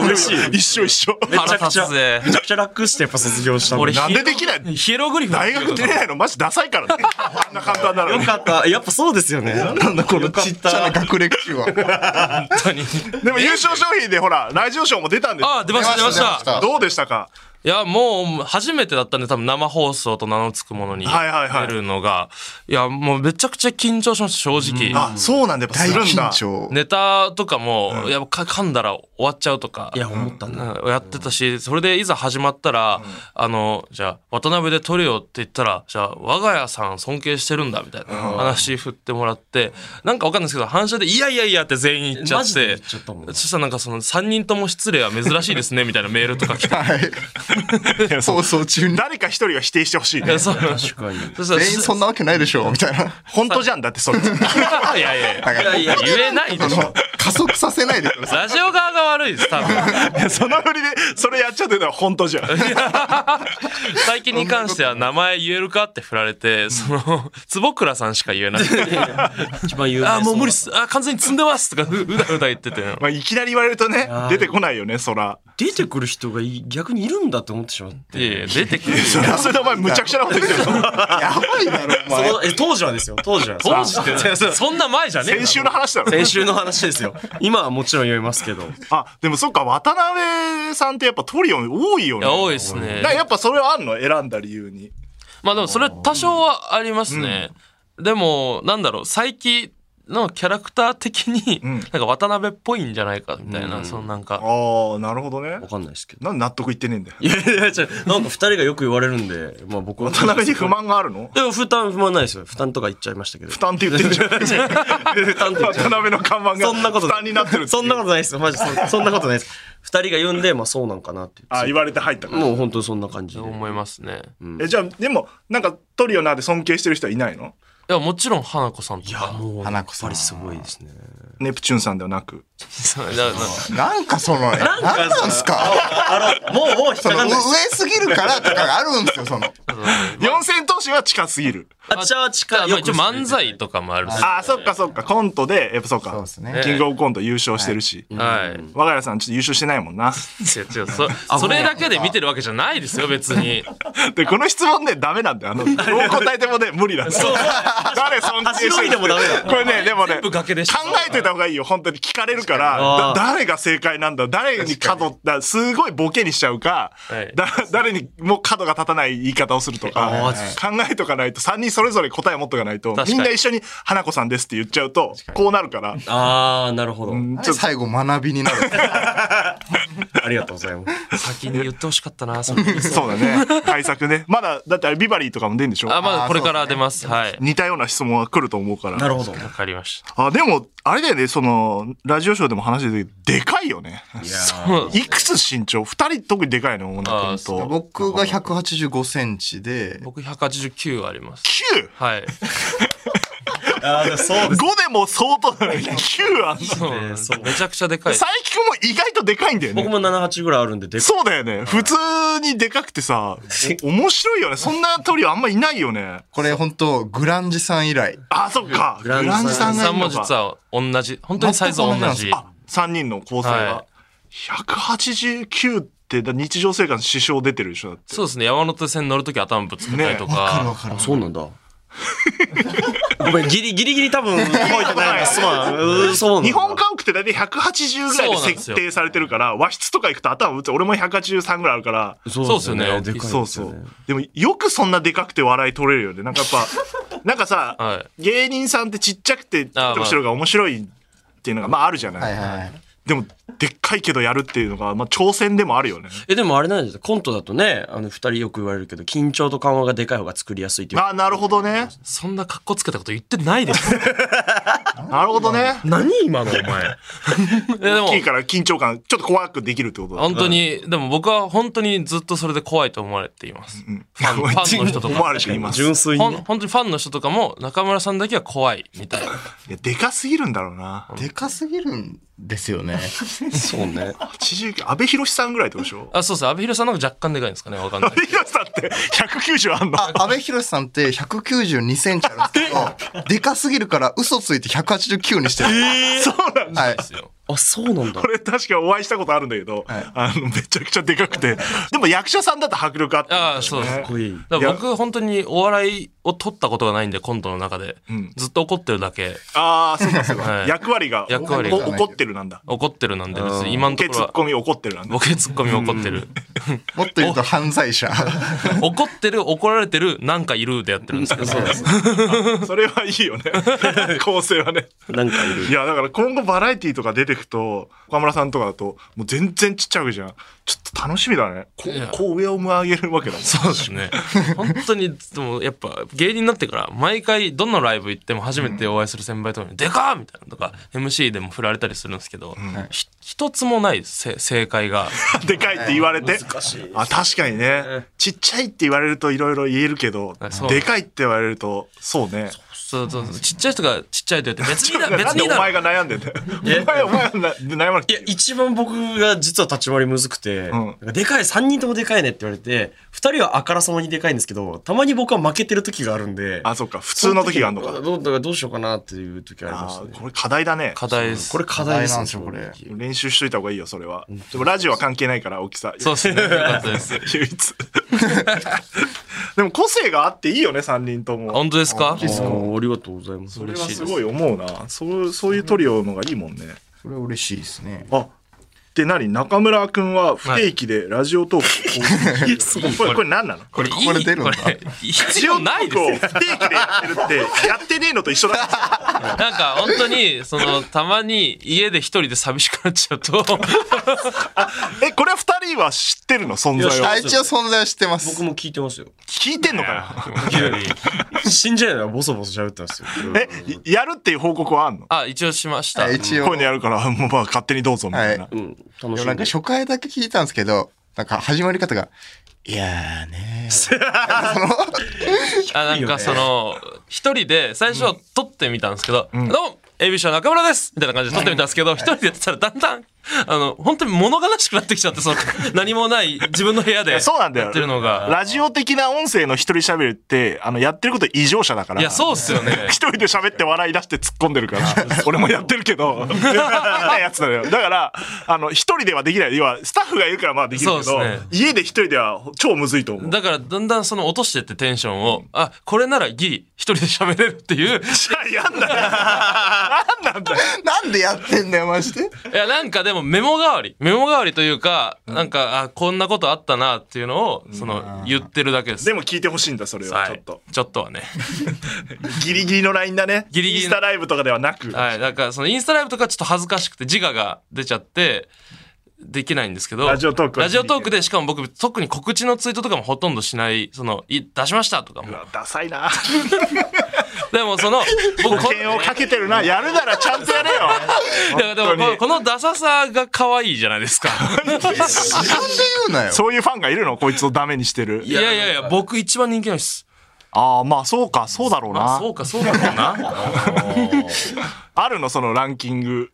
Speaker 5: 嬉しい。
Speaker 1: 一緒一緒。
Speaker 5: めちゃくち
Speaker 4: 腹立
Speaker 5: ゃ、
Speaker 4: つぜ
Speaker 5: めちゃくちゃ楽してやっぱ卒業したの
Speaker 4: 俺、
Speaker 5: よ
Speaker 1: なんでできない
Speaker 4: ヒエログリフ
Speaker 1: 大学出れないのマジダサいからね。あんな簡単なのに。
Speaker 5: かった。やっぱそうですよね。なんだこのちっ
Speaker 3: じゃあね、学歴中は。
Speaker 4: 本当に。
Speaker 1: でも優勝商品でほら、ラジオショーも出たんですよ
Speaker 4: ああ、出ました、出ました。
Speaker 1: どうでしたか
Speaker 4: いや、もう、初めてだったんで、多分生放送と名の付くものに
Speaker 1: はいはいはい
Speaker 4: 出るのが、いや、もうめちゃくちゃ緊張しました、正直。
Speaker 1: あ、そうなんだ、やっぱ
Speaker 3: 大
Speaker 1: するん
Speaker 3: 緊
Speaker 1: だ。
Speaker 3: 張。
Speaker 4: ネタとかも、いや、か噛んだら終わっちゃうとか。
Speaker 5: いや、思ったんだ。
Speaker 4: うんやってたし、それでいざ始まったら、あの、じゃあ、渡辺で撮るよって言ったら、じゃあ、我が家さん尊敬してるんだ、みたいな話振ってもらって、なんかわかんないですけど、反射で、いやいやいやって全員言っちゃ
Speaker 5: マ
Speaker 4: っ
Speaker 5: ジで言
Speaker 4: て
Speaker 5: っ、ちゃったもん。
Speaker 4: そしたらなんかその、3人とも失礼は珍しいですね、みたいなメールとか 来て。
Speaker 1: いや そう
Speaker 3: 放送中に。
Speaker 1: 誰か一人は否定してほしい
Speaker 4: い
Speaker 1: ね
Speaker 4: や。そう
Speaker 5: 確かに。
Speaker 4: そしたら
Speaker 3: 全員そんなわけないでしょ、みたいな。
Speaker 1: 本当じゃんだってそれ。
Speaker 4: いやいやいや。
Speaker 3: なんか
Speaker 4: いや言えないでし
Speaker 3: そ
Speaker 4: ょ
Speaker 3: の。加速させないでく ださい。
Speaker 4: ラジオ側が悪いです、多分。
Speaker 1: その振りでそれやっちゃってたら本当じゃん。
Speaker 4: 最近に関しては名前言えるかって振られて、その、坪倉さんしか言えない。
Speaker 5: 一番有名
Speaker 4: あ、もう無理っす。あ、完全に積んでますとか、う うだうだ言ってて。
Speaker 1: まあいきなり言われるとね
Speaker 5: あ、ー
Speaker 1: 出てこないよね、そら。
Speaker 5: 出てくる人がい逆にいるんだって思ってしまって。
Speaker 4: いやいや、出てくるよ。
Speaker 1: それはそれでお前むちゃくちゃなこと言ってるぞ。
Speaker 3: やばいだろ、お前。
Speaker 5: そのえ当時はですよ。当時は。
Speaker 4: 当時って
Speaker 5: そうそう
Speaker 4: そんな前じゃねえ
Speaker 1: 先週の話だろ。
Speaker 5: 先週の話ですよ。今はもちろん言いますけど。
Speaker 1: あ、でもそっか、渡辺さんってやっぱトリオン多いよ
Speaker 4: い
Speaker 1: ね。
Speaker 4: や、多い
Speaker 1: ね。
Speaker 4: です
Speaker 1: だ
Speaker 4: ね
Speaker 1: か。らやっぱそれはあんの選んだ理由に。
Speaker 4: まあでもそれ多少はありますね。でも、なんだろう、最近のキャラクター的に、
Speaker 1: ん
Speaker 4: なんか渡辺っぽいんじゃないか、みたいな、そのなんか。
Speaker 1: ああ、なるほどね
Speaker 5: わ。かんないですけど。
Speaker 1: なんで納得いってねえんだよ。
Speaker 5: いやいや、ちょ、なんか二人がよく言われるんで、まあ僕は。
Speaker 1: 渡辺に不満があるの
Speaker 5: いや、負担、不満ないですよ。負担とか言っちゃいましたけど。
Speaker 1: 負担って言ってるじゃん。渡
Speaker 5: 負担って言っちゃう
Speaker 1: 辺の看板が
Speaker 5: そんなこと
Speaker 1: 負担になってるっていう
Speaker 5: そんなことないですよ。マジそ、そんなことないです。二人が言うんで、まあそうなんかなって。
Speaker 1: あ言われて入ったから。
Speaker 5: もう本当にそんな感じで。
Speaker 4: 思いますね。
Speaker 1: えじゃあ、でも、なんかトリオなんで尊敬してる人はいないの
Speaker 4: いや、もちろん花子さんとか。
Speaker 5: も う、や
Speaker 3: 花
Speaker 5: っ
Speaker 3: 子さん
Speaker 5: ぱりすごいですね。
Speaker 1: ネプチューンさんではなく。
Speaker 4: そうだから
Speaker 3: なんかその、なんなんすか
Speaker 5: あら、もう、もう引っ
Speaker 3: そ
Speaker 5: か
Speaker 3: の、
Speaker 5: かん
Speaker 3: 上
Speaker 5: ないです。
Speaker 3: すぎるからとかがあるんですよ、その。
Speaker 1: 四千頭身は近すぎる。
Speaker 5: あちゃあ近い。
Speaker 4: まあ一応漫才とかもあるし。
Speaker 1: ああ、そっかそっか。コントで、やっぱそうか。
Speaker 3: そうですね
Speaker 1: キングオブコント優勝してるし。
Speaker 4: はい。
Speaker 1: 我が家さんちょっと優勝してないもんな。
Speaker 4: 違う違うそ それだけで見てるわけじゃないですよ、別に。
Speaker 1: で、この質問ね、ダメなんだよ。あの、どう答えてもね、無理 なんですよ。誰尊敬して
Speaker 5: 白
Speaker 1: る
Speaker 5: いでもダメだ
Speaker 1: これね、でもね、
Speaker 4: 部
Speaker 1: 考
Speaker 4: 崖でした
Speaker 1: えといた方がいいよ。本当に聞かれるから、だ
Speaker 5: あー
Speaker 1: 誰が正解なんだ誰に角、だすごいボケにしちゃうか
Speaker 4: はい、
Speaker 1: だ誰にも角が立たない言い方をするとか
Speaker 5: あ、
Speaker 1: 考えとかないと、3人それぞれ答え持っとかないと
Speaker 4: 確、か
Speaker 1: み
Speaker 4: に
Speaker 1: んな一緒に花子さんですって言っちゃうと、こうなるから、ち
Speaker 5: あー、なるほど。
Speaker 1: ょっと
Speaker 3: 最後学びになる。
Speaker 5: ありがとうございます。
Speaker 4: 先に言ってほしかったな、その
Speaker 1: そうだね。対策ね。まだ、だってあれビバリーとかも出るんでしょ
Speaker 4: あ、まだこれから出ます。はい。
Speaker 1: 似たような質問が来ると思うから。
Speaker 5: なるほど。
Speaker 4: わかりました。
Speaker 1: あ、でも、あれだよね、その、ラジオショーでも話してたけど、でかいよね。
Speaker 4: うん
Speaker 1: いくつ身長二人特にでかいの女の子と。
Speaker 3: 僕が185センチで、
Speaker 4: 僕189あります。
Speaker 1: 9!
Speaker 4: はい。
Speaker 5: あー、そう
Speaker 1: 5でも相当なのに9あんの。佐
Speaker 4: そうなんですめちゃくちゃでかい。
Speaker 1: 伯くんも意外とでかいんだよ
Speaker 5: 僕
Speaker 1: ね。
Speaker 5: も7、8ぐらいあるんで、で
Speaker 1: そうだよね。普通にでかくてさ、お面白いよね。そんなトリオあんまいないよね。
Speaker 3: これ本当グランジさん以来。
Speaker 1: あ、そっか。グ
Speaker 5: グラン
Speaker 1: ランジ
Speaker 5: ジ
Speaker 1: さ
Speaker 5: さ
Speaker 1: んがい
Speaker 4: さ
Speaker 1: る
Speaker 4: ん
Speaker 1: の
Speaker 4: も
Speaker 1: か
Speaker 4: 実。は同じ。本当にサイズは同じ。
Speaker 1: あ、3人の構成は
Speaker 4: は。
Speaker 1: 189ってだ日常生活に支障出てるでしょだって
Speaker 4: そうですね。山手線乗るとき頭ぶつけたりとか。
Speaker 5: あそう なんだ。ごめん、ギリギリギリ多分動いてないな。すまん。うーそうなんだ。
Speaker 1: 日本家屋力って大体180ぐらいで設定されてるから、和室とか行くと頭打つ。俺も183ぐらいあるから。
Speaker 5: そう
Speaker 4: ですよねそうですよね
Speaker 1: そうそう。でもよくそんなでかくて笑い取れるよね。なんかやっぱ、 なんかさ、
Speaker 4: は
Speaker 1: 芸人さんってちっちゃくて、特徴が面白いっていうのが、まああるじゃない。
Speaker 3: はいはいはい。
Speaker 1: でも、でっかいけどやるっていうのが、まあ挑戦でもあるよね。
Speaker 5: え、でもあれなんですよ。コントだとね、あの、二人よく言われるけど、緊張と緩和がでかい方が作りやすいっていう。
Speaker 1: ああ、なるほどね。
Speaker 4: そんな格好つけたこと言ってない です。
Speaker 1: なるほどね。
Speaker 5: 何今のお前。
Speaker 4: えでも
Speaker 1: 大きいから緊張感、ちょっと怖くできるってことだ。
Speaker 4: 本当に、でも僕は本当にずっとそれで怖いと思われています。ファンファンの人と
Speaker 1: 思わ
Speaker 4: か。
Speaker 1: れ ています。い
Speaker 5: 純粋
Speaker 4: ほ
Speaker 5: に
Speaker 4: ん
Speaker 5: ね。
Speaker 4: 本当にファンの人とかも中村さんだけは怖いみたいな。
Speaker 1: や、でかすぎるんだろうな。
Speaker 3: でかすぎるんですよね。
Speaker 5: そうね。
Speaker 1: 89、安倍博さんぐらいってことでしょ
Speaker 4: あ、そうです。安倍博さんの方が若干でかいんですかねわかんない
Speaker 1: 安。倍博さんって190あんの
Speaker 3: 阿部寛さんって192センチあるんですけど、でかすぎるから嘘ついて189にしてる。
Speaker 1: そうなんだ。
Speaker 3: はい。
Speaker 5: あ、そうなんだ
Speaker 1: こ。れ確かお会いしたことあるんだけど、
Speaker 3: はい
Speaker 1: あの、めちゃくちゃでかくて。でも役者さんだと迫力あった。
Speaker 4: ああ、そうです。
Speaker 5: かっこいい。
Speaker 4: だから僕本当にお笑いを取ったことがないんでコントの中で、
Speaker 1: ん
Speaker 4: ずっと怒ってるだけ
Speaker 1: ああ、そうかそうか。
Speaker 4: はい
Speaker 1: 役割が、
Speaker 4: 役割
Speaker 1: お
Speaker 4: が
Speaker 1: お怒ってるなんだ。
Speaker 4: 怒ってるなんで別に今のと
Speaker 1: 受け
Speaker 4: こ
Speaker 1: ツ
Speaker 4: ろ
Speaker 1: ッ
Speaker 4: は
Speaker 1: コミ怒ってるなんだ。
Speaker 4: ボケツッコミ怒ってる
Speaker 3: もっと言うと犯罪者。
Speaker 4: 怒ってる怒られてるなんかいるでやってるんで すけど
Speaker 1: それはいいよ ね。構成はね。
Speaker 5: なんかいる。
Speaker 1: いや、だから今後バラエティとか出てくと、岡村さんとかだと、もう全然ちっちゃいわけじゃん。ちょっと楽しみだね。こ
Speaker 4: いや
Speaker 1: う、こう上を向上げるわけだもん。
Speaker 4: そうですね本当にでもやっぱ芸人になってから毎回どのライブ行っても初めてお会いする先輩とかに「でかっ!」みたいなのとか MC でも振られたりするんですけど、ひ一つもないですせ正解が
Speaker 1: でかいって言われて。
Speaker 5: しい
Speaker 1: あ、確かにね。ちっちゃいって言われるといろいろ言えるけど
Speaker 4: あそ、う
Speaker 1: でかいって言われると、そうね。
Speaker 4: そうそうそうちっちゃい人がちっちゃいと言って別にだ別
Speaker 1: なんで
Speaker 4: に
Speaker 1: お
Speaker 4: だ
Speaker 1: 前が悩んでんだよ。お前、お前がな悩まなくて
Speaker 5: い
Speaker 1: いい
Speaker 5: や、一番僕が実は立ち回りむずくて、なんかでかい、三人ともでかいねって言われて、二人はあからさまにでかいんですけど、たまに僕は負けてる時があるんで、
Speaker 1: あ、そっか。普通の時があるの
Speaker 5: そ
Speaker 1: か。
Speaker 5: どうだからどうしようかなっていう時ありま
Speaker 1: あ
Speaker 5: すね。
Speaker 1: これ課題だね。
Speaker 4: 課題です
Speaker 5: これ課題ですね、
Speaker 3: 課題なんです
Speaker 1: 練習しといた方がいいよ、それは。でもラジオは関係ないから、大きさ。
Speaker 4: そうですねよかったです
Speaker 1: 唯一。 でも個性があっていいよね、3人とも。
Speaker 4: 本当ですか
Speaker 5: 正直あーありがとうございます。
Speaker 1: それは
Speaker 5: 嬉しい
Speaker 1: すごい思うな。そう、そういうトリオのがいいもんね。
Speaker 3: それ嬉しいですね。
Speaker 1: あ、で何中村くんは不定期でラジオトークを更新してる、これ、これ何なの
Speaker 4: これ
Speaker 3: これ出るんだ
Speaker 4: これ必要ないで す
Speaker 1: ラジオ
Speaker 4: よ
Speaker 1: トークを不定期でやってるって、やってねえのと一緒だ。
Speaker 4: なんか本当にそのたまに家で一人で寂しくなっちゃうと
Speaker 1: え、これは2人は知ってるの存在
Speaker 5: い
Speaker 1: を
Speaker 5: や。
Speaker 3: あ一応存在は知ってます。
Speaker 5: 僕も聞いてますよ。
Speaker 1: 聞いてんのかよ。
Speaker 5: 信じないならボソボソ喋ってますよ。
Speaker 1: え、いやるっていう報告はあんのこ
Speaker 4: あ一応しました
Speaker 3: はい一
Speaker 1: ういう
Speaker 3: 応。
Speaker 1: のやるから、もうまあ勝手にどうぞみたいな。
Speaker 3: は
Speaker 5: うん、楽し
Speaker 3: なん
Speaker 5: ん
Speaker 3: か
Speaker 5: で。
Speaker 3: 初回だけ聞いたんですけど、なんか始まり方が、いやーね
Speaker 4: あなんかその一人で最初は撮ってみたんですけど「どうも ABC の中村です」みたいな感じで撮ってみたんですけど一人でやってたらだんだんあの本当に物悲しくなってきちゃってその何もない自分の部屋でや
Speaker 1: そうなんだよ
Speaker 4: ってるのが
Speaker 1: ラジオ的な音声の一人喋るって、あの、やってること異常者だから。
Speaker 4: いやそうっすよね
Speaker 1: 一人で喋って笑い出して突っ込んでる から、俺もやってるけど、みたいなやつだよ。だから、あの、一人ではできない。要は、スタッフがいるからまあできるけ
Speaker 4: そ
Speaker 1: ど、
Speaker 4: うっすね
Speaker 1: 家で一人では超むずいと思う。
Speaker 4: だからだんだんその落としてってテンションをあこれならギリ一人で喋れるっていう
Speaker 1: じゃあやんなよ。なんなんだよ。
Speaker 3: ーなんでやってんだよ、マジで。
Speaker 4: いや、なんかでもメモ代わり。メモ代わりというか、なんか、あ、こんなことあったなっていうのを、その、言ってるだ けです。
Speaker 1: でも聞いてほしいんだ、それは。
Speaker 4: は
Speaker 1: ちょっ
Speaker 4: い
Speaker 1: と。。
Speaker 4: ちょっとはね。
Speaker 1: ギリギリのラインだね。
Speaker 4: ギリギリ
Speaker 1: インスタライブとかではなく。
Speaker 4: はい。だから、その、インスタライブとかちょっと恥ずかしくて、自我が出ちゃって、できないんですけど。
Speaker 1: ラジオトークは
Speaker 4: ラジオトークで、しかも僕、特に告知のツイートとかもほとんどしない、その、い出しましたとか
Speaker 1: う
Speaker 4: も。
Speaker 1: わダサいな。
Speaker 4: でも、そ の、僕、
Speaker 1: 保
Speaker 4: こ
Speaker 1: 険をかけてるな。やるならちゃんとやれよ。
Speaker 4: いやでも
Speaker 1: 本当
Speaker 4: こ
Speaker 1: に
Speaker 4: の、このダサさが可愛いじゃないですか。
Speaker 3: 自分で言うなよ。
Speaker 1: そういうファンがいるのこいつをダメにしてる
Speaker 4: い。やいやいや、僕一番人気ないです。
Speaker 1: ああ、まあそうか、そうだろう
Speaker 4: まあ、
Speaker 1: な。
Speaker 4: そうか、そうだろう な。
Speaker 1: あるのそのランキング。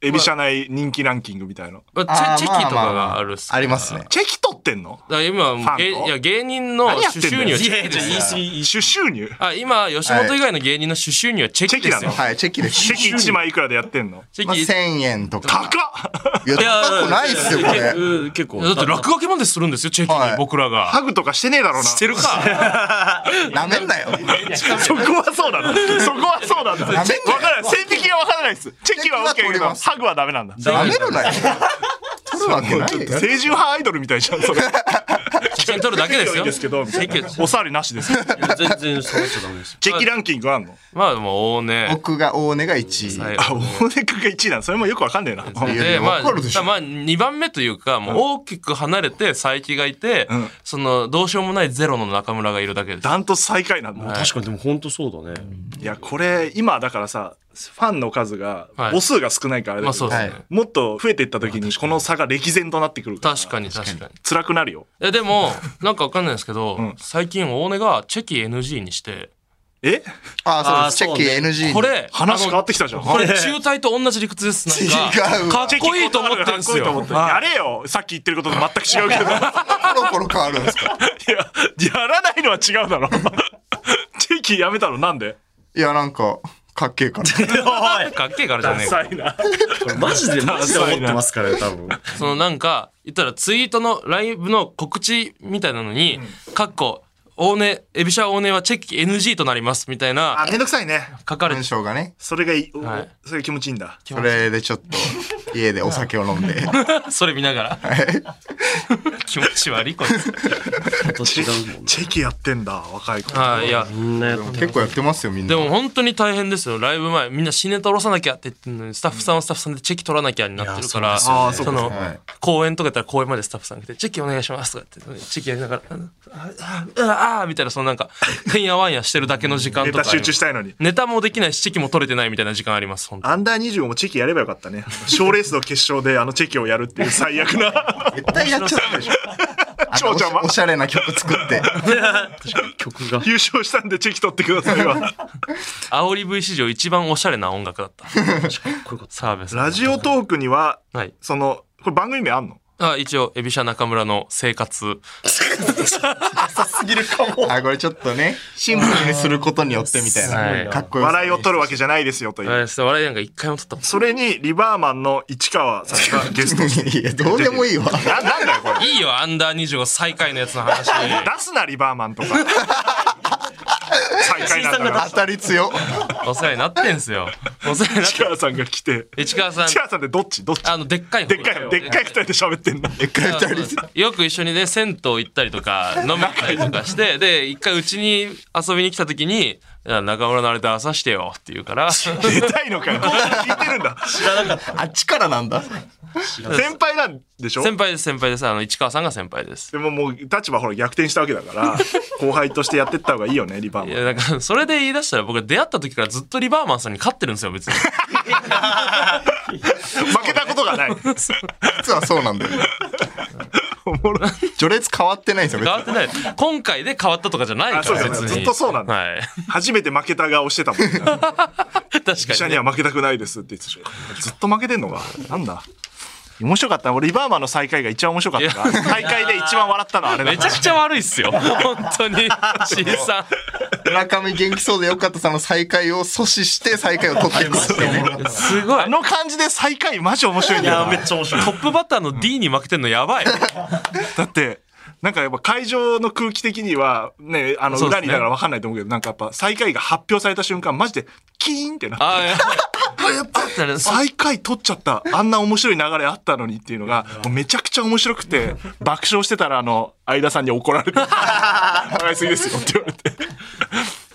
Speaker 1: エビ社内人気ランキングみたいな。
Speaker 4: まあチ
Speaker 3: あ
Speaker 4: ェ
Speaker 3: ー
Speaker 4: チェキとかがあるっす
Speaker 3: まあまあまあ
Speaker 4: から
Speaker 3: ありますね。
Speaker 1: チェキ取ってんの
Speaker 4: だから今はもう
Speaker 1: ファンと
Speaker 4: 芸いや芸人の
Speaker 1: 何やってん
Speaker 4: 主
Speaker 1: だよ
Speaker 4: 収入はいチ
Speaker 5: や
Speaker 4: ェ
Speaker 5: い
Speaker 4: キ
Speaker 5: や、
Speaker 4: です
Speaker 5: 言い過ぎ。
Speaker 1: 主収入
Speaker 4: あ今吉本以外の芸人の主収入はチェキですよ、
Speaker 1: チ
Speaker 3: はい、チェキです。
Speaker 1: チェキ1枚いくらでやってんの
Speaker 4: チェ
Speaker 3: まあ、
Speaker 4: キ、
Speaker 3: 1000円と
Speaker 1: 高
Speaker 3: か。
Speaker 1: っ
Speaker 3: いや、高くないっすよ、これ。
Speaker 5: うん結構。
Speaker 4: だって落書きまでするんですよチェキ
Speaker 3: は
Speaker 4: に
Speaker 3: い
Speaker 4: 僕らが、
Speaker 1: ハグとかしてねえだろうな。
Speaker 4: してるか
Speaker 3: なめんなよ。
Speaker 1: そこはそうなの。そこはそうなの。わ
Speaker 3: やめて
Speaker 1: からない。線引きがわからないです。チェキは OK
Speaker 3: チェ
Speaker 1: だけ
Speaker 3: キは取れ
Speaker 1: ど、
Speaker 3: ます
Speaker 1: ハグはダメなんだ。
Speaker 3: ダメるなよ。取るわけないよ。
Speaker 1: 清純派アイドルみたいじゃん、それ。
Speaker 4: 写真撮るだけですよ。
Speaker 1: ですけど、みたいなお触りなしです。
Speaker 5: 全然触っちゃダメ ですよ。
Speaker 1: チェキランキングあんの
Speaker 4: まあ、もう、おね。
Speaker 3: 僕が大根が1位。
Speaker 4: はい
Speaker 1: あ、大根くんが1位なんそれもよくわかんねえな。
Speaker 3: いやい
Speaker 4: で
Speaker 3: や
Speaker 4: まあ、
Speaker 3: わかるでしょ
Speaker 4: まあ2番目というかもう大きく離れて佐伯がいて、
Speaker 1: ん
Speaker 4: そのどうしようもないゼロの中村がいるだけです。
Speaker 1: ダントツ最下位なんだ。
Speaker 5: 確かにでも本当そうだね。
Speaker 1: いや、これ、今だからさ、ファンの数が、
Speaker 4: はい
Speaker 1: 母数が少ないからあれだ
Speaker 4: まあ
Speaker 1: け
Speaker 4: そ
Speaker 1: ど
Speaker 4: うですね、
Speaker 3: はい
Speaker 1: もっと増えていった時に、この差が歴然となってくるから。
Speaker 4: 確かに確かに。
Speaker 1: 辛くなるよ。
Speaker 4: えでもなんかわかんないですけど、
Speaker 1: ん
Speaker 4: 最近大根がチェキ NG にして
Speaker 1: え
Speaker 3: あ
Speaker 5: あ
Speaker 3: あ、
Speaker 5: ー
Speaker 3: そうです。チェッキ NG。
Speaker 4: こ。れ
Speaker 1: 話変
Speaker 4: あ
Speaker 1: わ
Speaker 4: の
Speaker 1: ってきたじゃん。
Speaker 4: これ中退と同じ理屈ですなんか
Speaker 3: 違う
Speaker 4: かっこいいと思ってんすよ
Speaker 1: かっこいいと思ってやれよさっき言ってることと全く違うけど。
Speaker 3: コロコロ変わるんですか
Speaker 1: いや、やらないのは違うだ ろ。チェキやめたのなんで
Speaker 3: いや、なんか、かっけえから。
Speaker 5: おい
Speaker 4: かっけえからじゃねえ
Speaker 1: さ
Speaker 4: か
Speaker 1: いな。
Speaker 5: マジでマジで思ってますからね、多 分。
Speaker 4: そのなんか言ったらツイートのライブの告知みたいなのに「かっこ大根エビシャ大根はチェキ NG となります」みたい
Speaker 1: あ、
Speaker 4: な
Speaker 1: めんどくさいね。
Speaker 4: 書かれて
Speaker 3: 文章がね。
Speaker 1: それがいい、
Speaker 4: はい
Speaker 1: それが気持ちいいんだ。
Speaker 3: それでちょっ と、家でお酒を飲んで。
Speaker 4: それ見ながら 気持ち悪いこいつ
Speaker 5: と違うもんね。
Speaker 1: チェキやってんだ、若い子。
Speaker 4: あーいや
Speaker 5: みんなやって
Speaker 3: 結構やってますよ、みん
Speaker 4: で
Speaker 3: な。
Speaker 4: も本当に大変ですよライブ前みんな新ネタ下ろさなきゃって言ってるのにスタッフさんはスタッフさんでチェキ取らなきゃになってるから
Speaker 5: いや
Speaker 4: そ
Speaker 1: そうですよね
Speaker 4: の
Speaker 3: はい
Speaker 4: 公演とかやったら公演までスタッフさん来て「チェキお願いします」とかって言ってチェキやりながら「ああああ」みたいなそのなんかてんやわんやしてるだけの時間
Speaker 1: ネ
Speaker 4: と
Speaker 1: タ
Speaker 4: か
Speaker 1: 集中したいのに。
Speaker 4: ネタもできないしチェキも取れてないみたいな時間あります本当に
Speaker 1: アンダー25もチェキやればよかったね。賞レースの決勝であのチェキをやるっていう最悪 な。
Speaker 3: 絶対やっちゃダ メでしょ。あの
Speaker 1: 蝶
Speaker 3: おし
Speaker 1: 々は
Speaker 3: おしゃれな曲作って。
Speaker 5: 曲が。
Speaker 1: 優勝したんでチェキ取ってください は。
Speaker 4: 煽り V 史上一番おしゃれな音楽だったサービス
Speaker 1: ラジオトークには、
Speaker 4: はい
Speaker 1: その、これ番組名あんの
Speaker 4: あ一応エビシャ中村の生活
Speaker 5: すぎるかも。
Speaker 3: あ、これちょっとね、シンプルにすることによってみた
Speaker 4: はい
Speaker 3: いな。かっこよさ
Speaker 1: 笑いを取るわけじゃないですよという。
Speaker 4: あれですね笑いなんか一回も取ったもん
Speaker 1: それに、リバーマンの市川さんがゲストに。
Speaker 3: いや、 どうでもいいわ。
Speaker 1: な、なんだよこれ。
Speaker 4: いいよ、アンダー25最下位のやつの話。
Speaker 1: 出すな、リバーマンと か。最下位なんだから
Speaker 3: 当。たり強。
Speaker 4: お世話になってんすよ。お世話になっ
Speaker 1: 市川さんが来て。
Speaker 4: て。市川さん
Speaker 1: 市、川さんってどっちどっち
Speaker 4: あの、でっかい方
Speaker 1: でっかいの、でっかい二人で喋ってんだ。
Speaker 3: 一回
Speaker 4: あ
Speaker 3: 二
Speaker 4: そう
Speaker 3: 人
Speaker 4: ですよく一緒にね、銭湯行ったりとか、飲みに行ったりとかして、で、一回うちに遊びに来た時に、いや中村のあれで朝してよって言うから、先
Speaker 1: 出たいのかよ。聞いてるんだ。
Speaker 3: あっちからなんだ。
Speaker 1: 先輩なんでしょ
Speaker 4: 輩です、先輩です。あの、市川さんが先輩です。
Speaker 1: でももう立場ほら逆転したわけだから、後輩としてやってった方がいいよね、リバー
Speaker 4: い
Speaker 1: マン。
Speaker 4: や、だから、それで言い出したら僕出会った時からずっとリバーマンさんに勝ってるんですよ、別に。
Speaker 1: 負けたことがない。
Speaker 3: 実はそうなんだよ。
Speaker 1: おもろい
Speaker 3: 序列変わってないんですよ、別
Speaker 4: 変
Speaker 3: に
Speaker 4: わってない。今回で変わったとかじゃない
Speaker 1: あそ
Speaker 4: か
Speaker 1: う
Speaker 4: ら、
Speaker 1: そう
Speaker 4: 別に。
Speaker 1: ずっとそうなんだ
Speaker 4: はい。
Speaker 1: 初めて負けた顔してた もんね。
Speaker 4: 確か
Speaker 1: 記
Speaker 4: に
Speaker 1: 者
Speaker 4: ね
Speaker 1: に。は負けたくないですって言っててずっと負けてんのか。なんだ。面白かった。俺、リバーマンの最下位が一番面白かったから。大会で一番笑ったのはあれだ
Speaker 4: めちゃくちゃ悪いっすよ。本 当に。C さん。
Speaker 3: 村上元気そうでよかったさんの再会を阻止して再会を取っていくって いうね。
Speaker 4: すごい
Speaker 1: あ。の感じで最下位マジ面白いん
Speaker 5: い
Speaker 1: だよ
Speaker 5: や、
Speaker 1: な
Speaker 5: めっちゃ面白い。
Speaker 4: トップバッターの D に負けてんの やばい。
Speaker 1: だってなんかやっぱ会場の空気的にはねあの
Speaker 4: そうです
Speaker 1: 裏
Speaker 4: ね
Speaker 1: にだから分かんないと思うけどなんかやっぱ最下位が発表された瞬間マジでキーンってなって
Speaker 4: あ、やばい。やばいってなる
Speaker 1: 最下位取っちゃったあんな面白い流れあったのにっていうのがもうめちゃくちゃ面白くて爆笑してたらあの相田さんに怒ら れて「笑いすぎですよ」って言われて。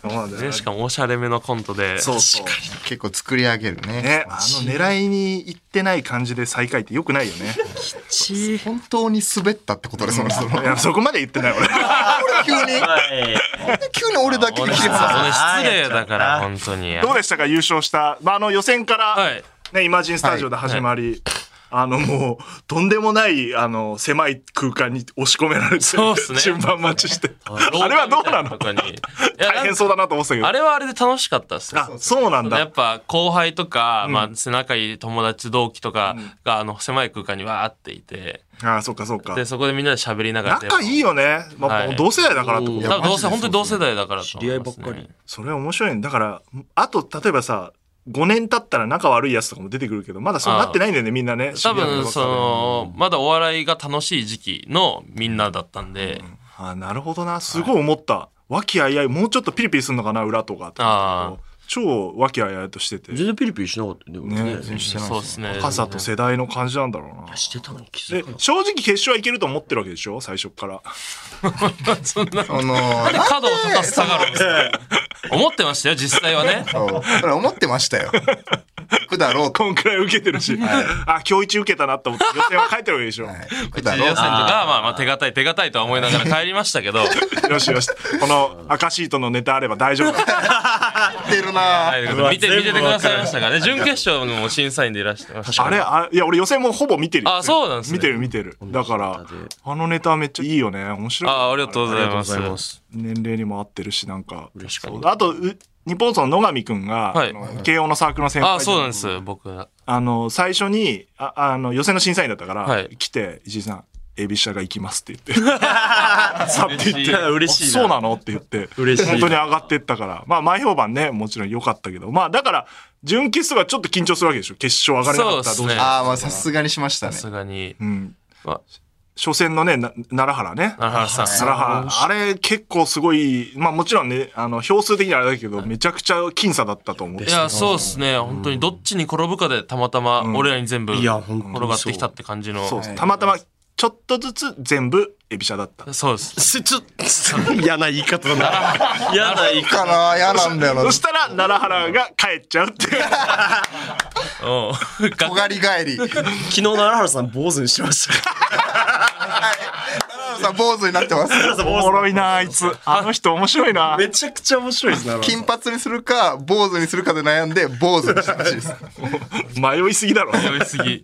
Speaker 1: そうなんだよね
Speaker 4: ねしかもおしゃれめのコントで。
Speaker 1: そうそう
Speaker 3: 結構作り上げるね。
Speaker 1: ねあの狙いに行ってない感じで最下位ってよくないよね
Speaker 3: 本当に滑ったってことですもんね。その
Speaker 1: いやそこまで言ってない 俺
Speaker 3: 急に、
Speaker 5: はい。
Speaker 3: 急に俺だけ
Speaker 4: 俺
Speaker 3: に切
Speaker 4: 失
Speaker 3: れてた。
Speaker 4: 礼だから、本当に。
Speaker 1: どうでしたか優勝した、まあ、あの予選から、
Speaker 4: はい。
Speaker 1: ね、イマジンスタジオで始まり、あのもうとんでもないあの狭い空間に押し込められて、
Speaker 4: そうっす ね
Speaker 1: 順番待ちしてあれはどうなの
Speaker 4: 廊下みたいとかにいや
Speaker 1: 大変そうだなと思ってたけど
Speaker 4: あれはあれで楽しかったっすよ
Speaker 1: あ。そうなんだ
Speaker 4: やっぱ後輩とか、まあ背中いい友達同期とかが、あの狭い空間にわーっていて、
Speaker 1: あそっかそっか
Speaker 4: で、そこでみんなで喋りながら。
Speaker 1: 仲いいよね、まあ
Speaker 4: はい
Speaker 1: 同世代だからってこと
Speaker 4: 多
Speaker 1: い
Speaker 3: や
Speaker 1: や
Speaker 4: 分
Speaker 3: マジでそ
Speaker 4: 同世
Speaker 3: うそう
Speaker 4: 本当に同世代だからと思いますね
Speaker 5: 知り合いばっかり
Speaker 1: それは面白いねだからあと例えばさ5年経ったら仲悪いやつとかも出てくるけどまだそうなってないんだよねみんなね
Speaker 4: 多
Speaker 1: 知り合いの
Speaker 4: 分
Speaker 1: 方
Speaker 4: そのまだお笑いが楽しい時期のみんなだったんで、
Speaker 1: あなるほどなすごい思った和気あいあいもうちょっとピリピリするのかな裏とかと
Speaker 4: あ
Speaker 1: か
Speaker 4: ー
Speaker 1: 超和気あいあいとしてて。
Speaker 5: 全然ピリピリしなかったよね俺
Speaker 1: ね、
Speaker 5: ね。
Speaker 1: してない
Speaker 4: そうですね
Speaker 1: 若さと世代の感じなんだろうな。
Speaker 5: してたのに気づ
Speaker 1: で
Speaker 5: かなかっ
Speaker 1: 正直決勝はいけると思ってるわけでしょ最初から。
Speaker 4: そんな。
Speaker 3: あのー、な
Speaker 4: 角を立たす下がるんですか思ってましたよ、実際はね。
Speaker 3: そうだから思ってましたよ。行くだろうと。
Speaker 1: こんくらい受けてるし。あ、今日一受けたなと思って予選は書いてるわけでしょ。
Speaker 3: はい行く
Speaker 4: 一
Speaker 3: だ
Speaker 4: 次
Speaker 3: ろ
Speaker 4: 予選
Speaker 3: う
Speaker 4: と
Speaker 3: と。
Speaker 4: か、まあまあ手堅い手堅いとは思いながら帰りましたけど、
Speaker 1: よしよし。この赤シートのネタあれば大丈夫だ。
Speaker 3: 言ってるなぁ。
Speaker 5: うわ
Speaker 4: 見て、見ててくださいましたからね。準決勝も審査員でいらしてました。
Speaker 1: あれあいや、俺予選もほぼ見てるよ
Speaker 4: あそうなんですね
Speaker 1: 見てる見てる。だから、あのネタめっちゃいいよね。面白い。
Speaker 4: あありがとうござい
Speaker 5: た。
Speaker 4: ます。
Speaker 1: 年齢にも合ってるし、なんか。
Speaker 5: 嬉しか
Speaker 1: そ
Speaker 5: っ
Speaker 1: う
Speaker 5: た。
Speaker 1: あと、う日本層の野上くんが、
Speaker 4: はい
Speaker 1: あの慶応のサークルの先輩
Speaker 4: あそうなんです、僕。あ
Speaker 1: あの、最初に、ああの、予選の審査員だったから、
Speaker 4: はい
Speaker 1: 来て、石井さん、エビシャが行きます って言って。さって言っ
Speaker 4: 嬉しい
Speaker 1: て、
Speaker 5: 嬉しいな
Speaker 1: あそうなのって言って、
Speaker 5: 嬉しい
Speaker 1: 本当に上がってったから。まあ、前評判ね、もちろん良かったけど。まあ、だから、準決とかちょっと緊張するわけでしょ。決勝上がれなかったらどうしよう
Speaker 4: そうっすね
Speaker 3: ああ、まあさすがにしましたね
Speaker 4: さ。すがに。
Speaker 1: うん。
Speaker 4: ま
Speaker 1: 初戦のね、な奈良原ね。
Speaker 4: あ、奈良さん。
Speaker 1: 奈良原。あれ結構すごい、まあもちろんね、あの、票数的にはあれだけど、めちゃくちゃ僅差だったと思う。
Speaker 4: いや、そうですね。本当にどっちに転ぶかで、たまたま俺らに全部
Speaker 5: いや
Speaker 4: 転
Speaker 5: 本当にそう
Speaker 4: がってきたって感じの。
Speaker 1: そう
Speaker 4: そ
Speaker 1: たまたま、ちょっとずつ全部、エビシャだった。
Speaker 4: うです。
Speaker 5: す ちょっと、嫌な言い方 だな。嫌な言い方。
Speaker 3: かなぁ、嫌なんだよな。
Speaker 1: そしたら、奈良原が帰っちゃうっていう。
Speaker 4: うん。が
Speaker 3: 尖り返り。
Speaker 5: 昨日の荒原さん、坊主にしてました から。
Speaker 3: さ、坊主になってます。
Speaker 1: おもろいなあいつ。あの人面白いな。
Speaker 5: めちゃくちゃ面白いですね。荒原さん
Speaker 3: 金髪にするか、坊主にするかで悩んで、坊主にしたらしいです。
Speaker 1: 迷いすぎだろ。
Speaker 4: 酔いすぎ。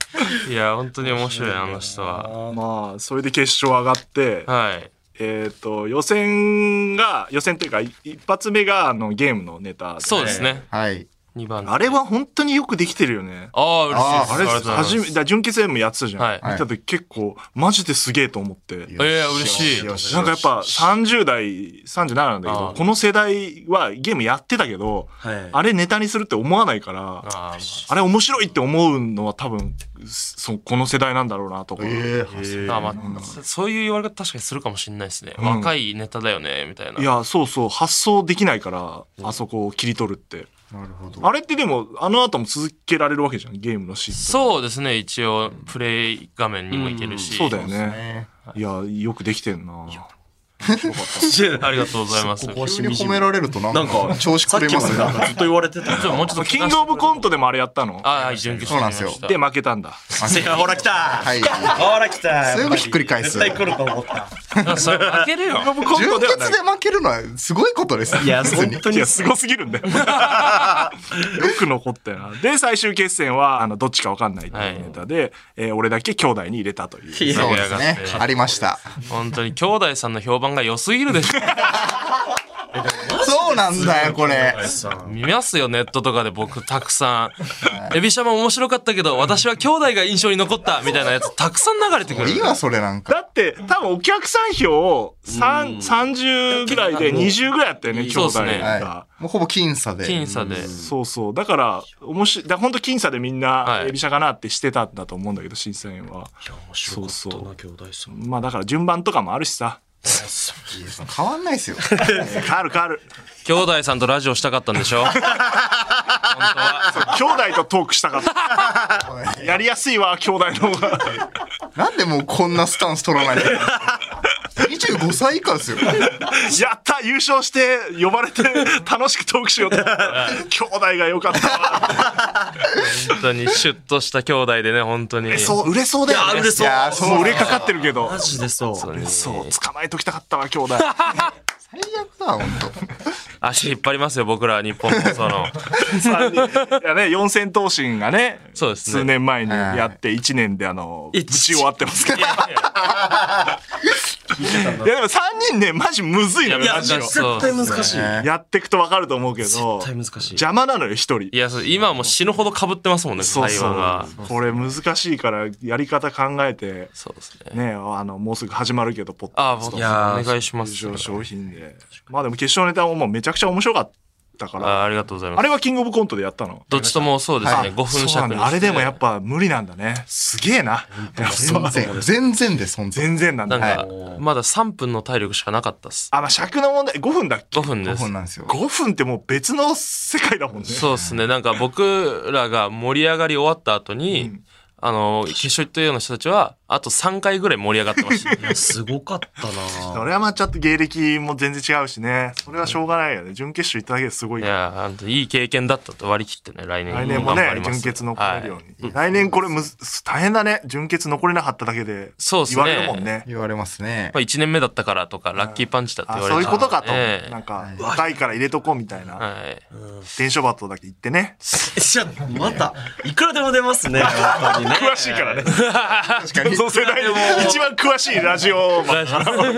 Speaker 4: いや、本当に面白い、あの人は。
Speaker 1: まあ、それで決勝上がって、
Speaker 4: はい。
Speaker 1: えっと、予選が、予選というか、い一発目があのゲームのネタで。
Speaker 4: そうですね。
Speaker 3: はい。
Speaker 4: 2番。
Speaker 1: あれは本当によくできてるよね。
Speaker 4: ああ、嬉しいです。
Speaker 1: あ
Speaker 4: あ
Speaker 1: れ、
Speaker 4: りがとうございます
Speaker 1: 初め、だから準決でもやってたじゃん。
Speaker 4: はい
Speaker 1: 見た時結構、マジですげえと思って。
Speaker 4: ええ嬉しい。
Speaker 3: よし
Speaker 1: なんかやっぱ30代、37なんだけ
Speaker 4: あ
Speaker 1: ど
Speaker 4: ー、
Speaker 1: この世代はゲームやってたけど、
Speaker 5: はい
Speaker 1: あれネタにするって思わないから、
Speaker 4: あ
Speaker 1: あれ面白いって思うのは多分、そこの世代なんだろうなとか。
Speaker 3: え
Speaker 4: ーあ、まあ、そそういう言われ方確かにするかもしれないですね。
Speaker 1: ん
Speaker 4: 若いネタだよね、みたいな。
Speaker 1: いや、そうそう、発想できないから、あそこを切り取るって。
Speaker 3: えなるほど。
Speaker 1: あれってでも、あの後も続けられるわけじゃん、ゲームのシーンとか。
Speaker 4: そうですね、一応、プレイ画面にもいけるし。
Speaker 1: そうだよね。いや、よくできてんな。
Speaker 4: ありがとうございます。
Speaker 5: こ
Speaker 4: ち
Speaker 5: こ
Speaker 4: ょ
Speaker 5: はし
Speaker 3: 急
Speaker 5: み
Speaker 3: に
Speaker 5: じ
Speaker 3: 褒
Speaker 5: み
Speaker 3: められるとなん
Speaker 5: なん
Speaker 3: か
Speaker 5: か、
Speaker 3: 調子
Speaker 5: さ
Speaker 3: くれ
Speaker 5: っき
Speaker 3: ま
Speaker 5: も
Speaker 3: す
Speaker 5: なん
Speaker 3: ね。
Speaker 5: かずっと言われ てた。
Speaker 4: っともうちょっと聞かせて
Speaker 1: キングオブコントでもあれやったの
Speaker 4: ああ、はい、準決
Speaker 3: そうな
Speaker 4: 勝
Speaker 3: んですよ
Speaker 1: で、負けたんだ。
Speaker 5: ほら来た
Speaker 3: はい。
Speaker 5: ほら来た
Speaker 3: すぐひっくり返す
Speaker 5: 絶対来ると思った。
Speaker 4: よ。それ負ける よ。
Speaker 1: キングオブコン
Speaker 3: 純
Speaker 1: トではない
Speaker 3: 潔で。負けるのはすごいことです。
Speaker 5: いや、本当
Speaker 1: い
Speaker 5: に
Speaker 1: や、。すごすぎるんだよ。よく残ったよな。で、最終決戦は、あの、どっちかわかんないっていうネタで、えー俺だけ兄弟に入れたという。
Speaker 5: いや
Speaker 3: そうですね
Speaker 4: 盛り上がっ。て
Speaker 3: ありました。
Speaker 4: 本当に兄弟さんの評判が良すぎるでしょ。
Speaker 3: そうなんだよ、これ。
Speaker 4: 見ますよ、ネットとかで僕、たくさん。エビシャマ面白かったけど、私は兄弟が印象に残った、みたいなやつ、たくさん流れてくる。
Speaker 3: いいわ、それなんか。
Speaker 1: だって、多分お客さん票を3、30ぐらいで20ぐらいあったよね、兄
Speaker 4: そうっ
Speaker 1: 弟
Speaker 4: すね
Speaker 1: が
Speaker 3: は。い。もうほぼ僅差で。
Speaker 4: 僅差で。
Speaker 1: そうそう。だから、おもし、だ本当僅差でみんな
Speaker 4: は、い
Speaker 1: エビシャかなってしてたんだと思うんだけど、審査員は。
Speaker 5: 面
Speaker 1: 白かったな
Speaker 5: 兄弟さん。
Speaker 1: まあだから順番とかもあるしさ。
Speaker 3: 変わんないですよ。
Speaker 1: 変わる変わる。
Speaker 4: 兄弟さんとラジオしたかったんでしょ本当は。
Speaker 1: 兄弟とトークしたか った。やりやすいわ、兄弟の方 が。
Speaker 3: なんでもうこんなスタンス取らないの ?25 歳以下ですよ。
Speaker 1: やった優勝して呼ばれて楽しくトークしよ うと思ったら兄弟が良かったわ
Speaker 4: 本当に、シュッとした兄弟でね、本当に。
Speaker 1: そう売れそうだよ
Speaker 5: あ、
Speaker 1: ね
Speaker 5: 嬉しそう。
Speaker 3: やーそう
Speaker 1: もう売れかかってるけど
Speaker 5: マジでそう。
Speaker 4: う
Speaker 1: そう捕まえときたかったわ 兄弟
Speaker 3: 最悪だ、ほんと。
Speaker 4: 足引っ張りますよ、僕ら、日本放送の。
Speaker 1: 三人いや ね四千頭身がね
Speaker 4: そうですね
Speaker 1: 数年前にやって一年であのぶ
Speaker 4: 一
Speaker 1: ち終わってますけどいやでも三人ねマジむずいの
Speaker 4: いや
Speaker 1: よラジオ
Speaker 5: 絶対難しい。絶
Speaker 1: やってくとわかると思うけど
Speaker 5: 対難しい。
Speaker 1: 邪魔なのよ一人
Speaker 4: いや、そう今はもう死ぬほど被ってますもんね、
Speaker 1: そう
Speaker 4: 会
Speaker 1: そ
Speaker 4: 話が。
Speaker 1: うこれ難しいからやり方考えて
Speaker 4: そうですね。
Speaker 1: ねあのもうすぐ始まるけどポッ
Speaker 4: あ、僕、お
Speaker 5: いやー
Speaker 4: 願いします。
Speaker 1: 商品で。まあでも決勝ネタももうめちゃくちゃ面白かっったか
Speaker 4: あ
Speaker 1: ら。
Speaker 4: ありがとうございま
Speaker 1: あ
Speaker 4: す。
Speaker 1: れはキングオブコントでやったの
Speaker 4: どっちともそうです
Speaker 1: あ
Speaker 4: ね、5分
Speaker 1: そうな
Speaker 4: 尺
Speaker 1: ん
Speaker 4: に
Speaker 1: だ
Speaker 4: して
Speaker 1: あれでもやっぱ無理なんだね。すげえな。やっ
Speaker 3: 全
Speaker 1: ぱ
Speaker 3: 然、全然です、本当に。
Speaker 1: 全然なん
Speaker 4: な
Speaker 1: だ。
Speaker 4: ん
Speaker 1: はい
Speaker 4: か、まだ3分の体力しかなかったっす。
Speaker 1: あ、まあ尺の問題、5分だっけ
Speaker 4: 5分で
Speaker 3: 5
Speaker 4: す。
Speaker 3: 本なんですよ。
Speaker 1: ?5 分ってもう別の世界だもんね。
Speaker 4: そうですね。なんか僕らが盛り上がり終わった後に、あの、決勝行ったような人たちは、あと3回ぐらい盛り上がってま した。
Speaker 5: すごかった
Speaker 1: そ
Speaker 5: な
Speaker 1: れはまあちょっと芸歴も全然違うしね。それはしょうがないよね。準決勝行っただけですごい
Speaker 4: い
Speaker 1: から。
Speaker 4: や、あのいい経験だったと割り切ってね、来年
Speaker 1: 来年も
Speaker 4: 頑張
Speaker 1: ね
Speaker 4: り、ます
Speaker 1: 準決残れるよ
Speaker 4: はいう
Speaker 1: に。来年これむず、大変だね。準決残れなかっただけで。
Speaker 4: そうっすね
Speaker 1: 言われるもんね。
Speaker 3: 言われますね
Speaker 4: まあ、。1年目だったからとか、ラッキーパンチだって
Speaker 1: あ
Speaker 4: 言われ
Speaker 1: そうい
Speaker 4: て
Speaker 1: う
Speaker 4: た
Speaker 1: ことかと。
Speaker 4: ええ
Speaker 1: なんか、若いから入れとこうみたいな。
Speaker 4: はい。
Speaker 1: 伝書バトだけ行ってね。
Speaker 5: じゃまたいくらでも出ます ね本当にね
Speaker 1: 詳しいからね。
Speaker 3: 確かに。
Speaker 1: その世代で 一番詳しいラジオマン。
Speaker 5: す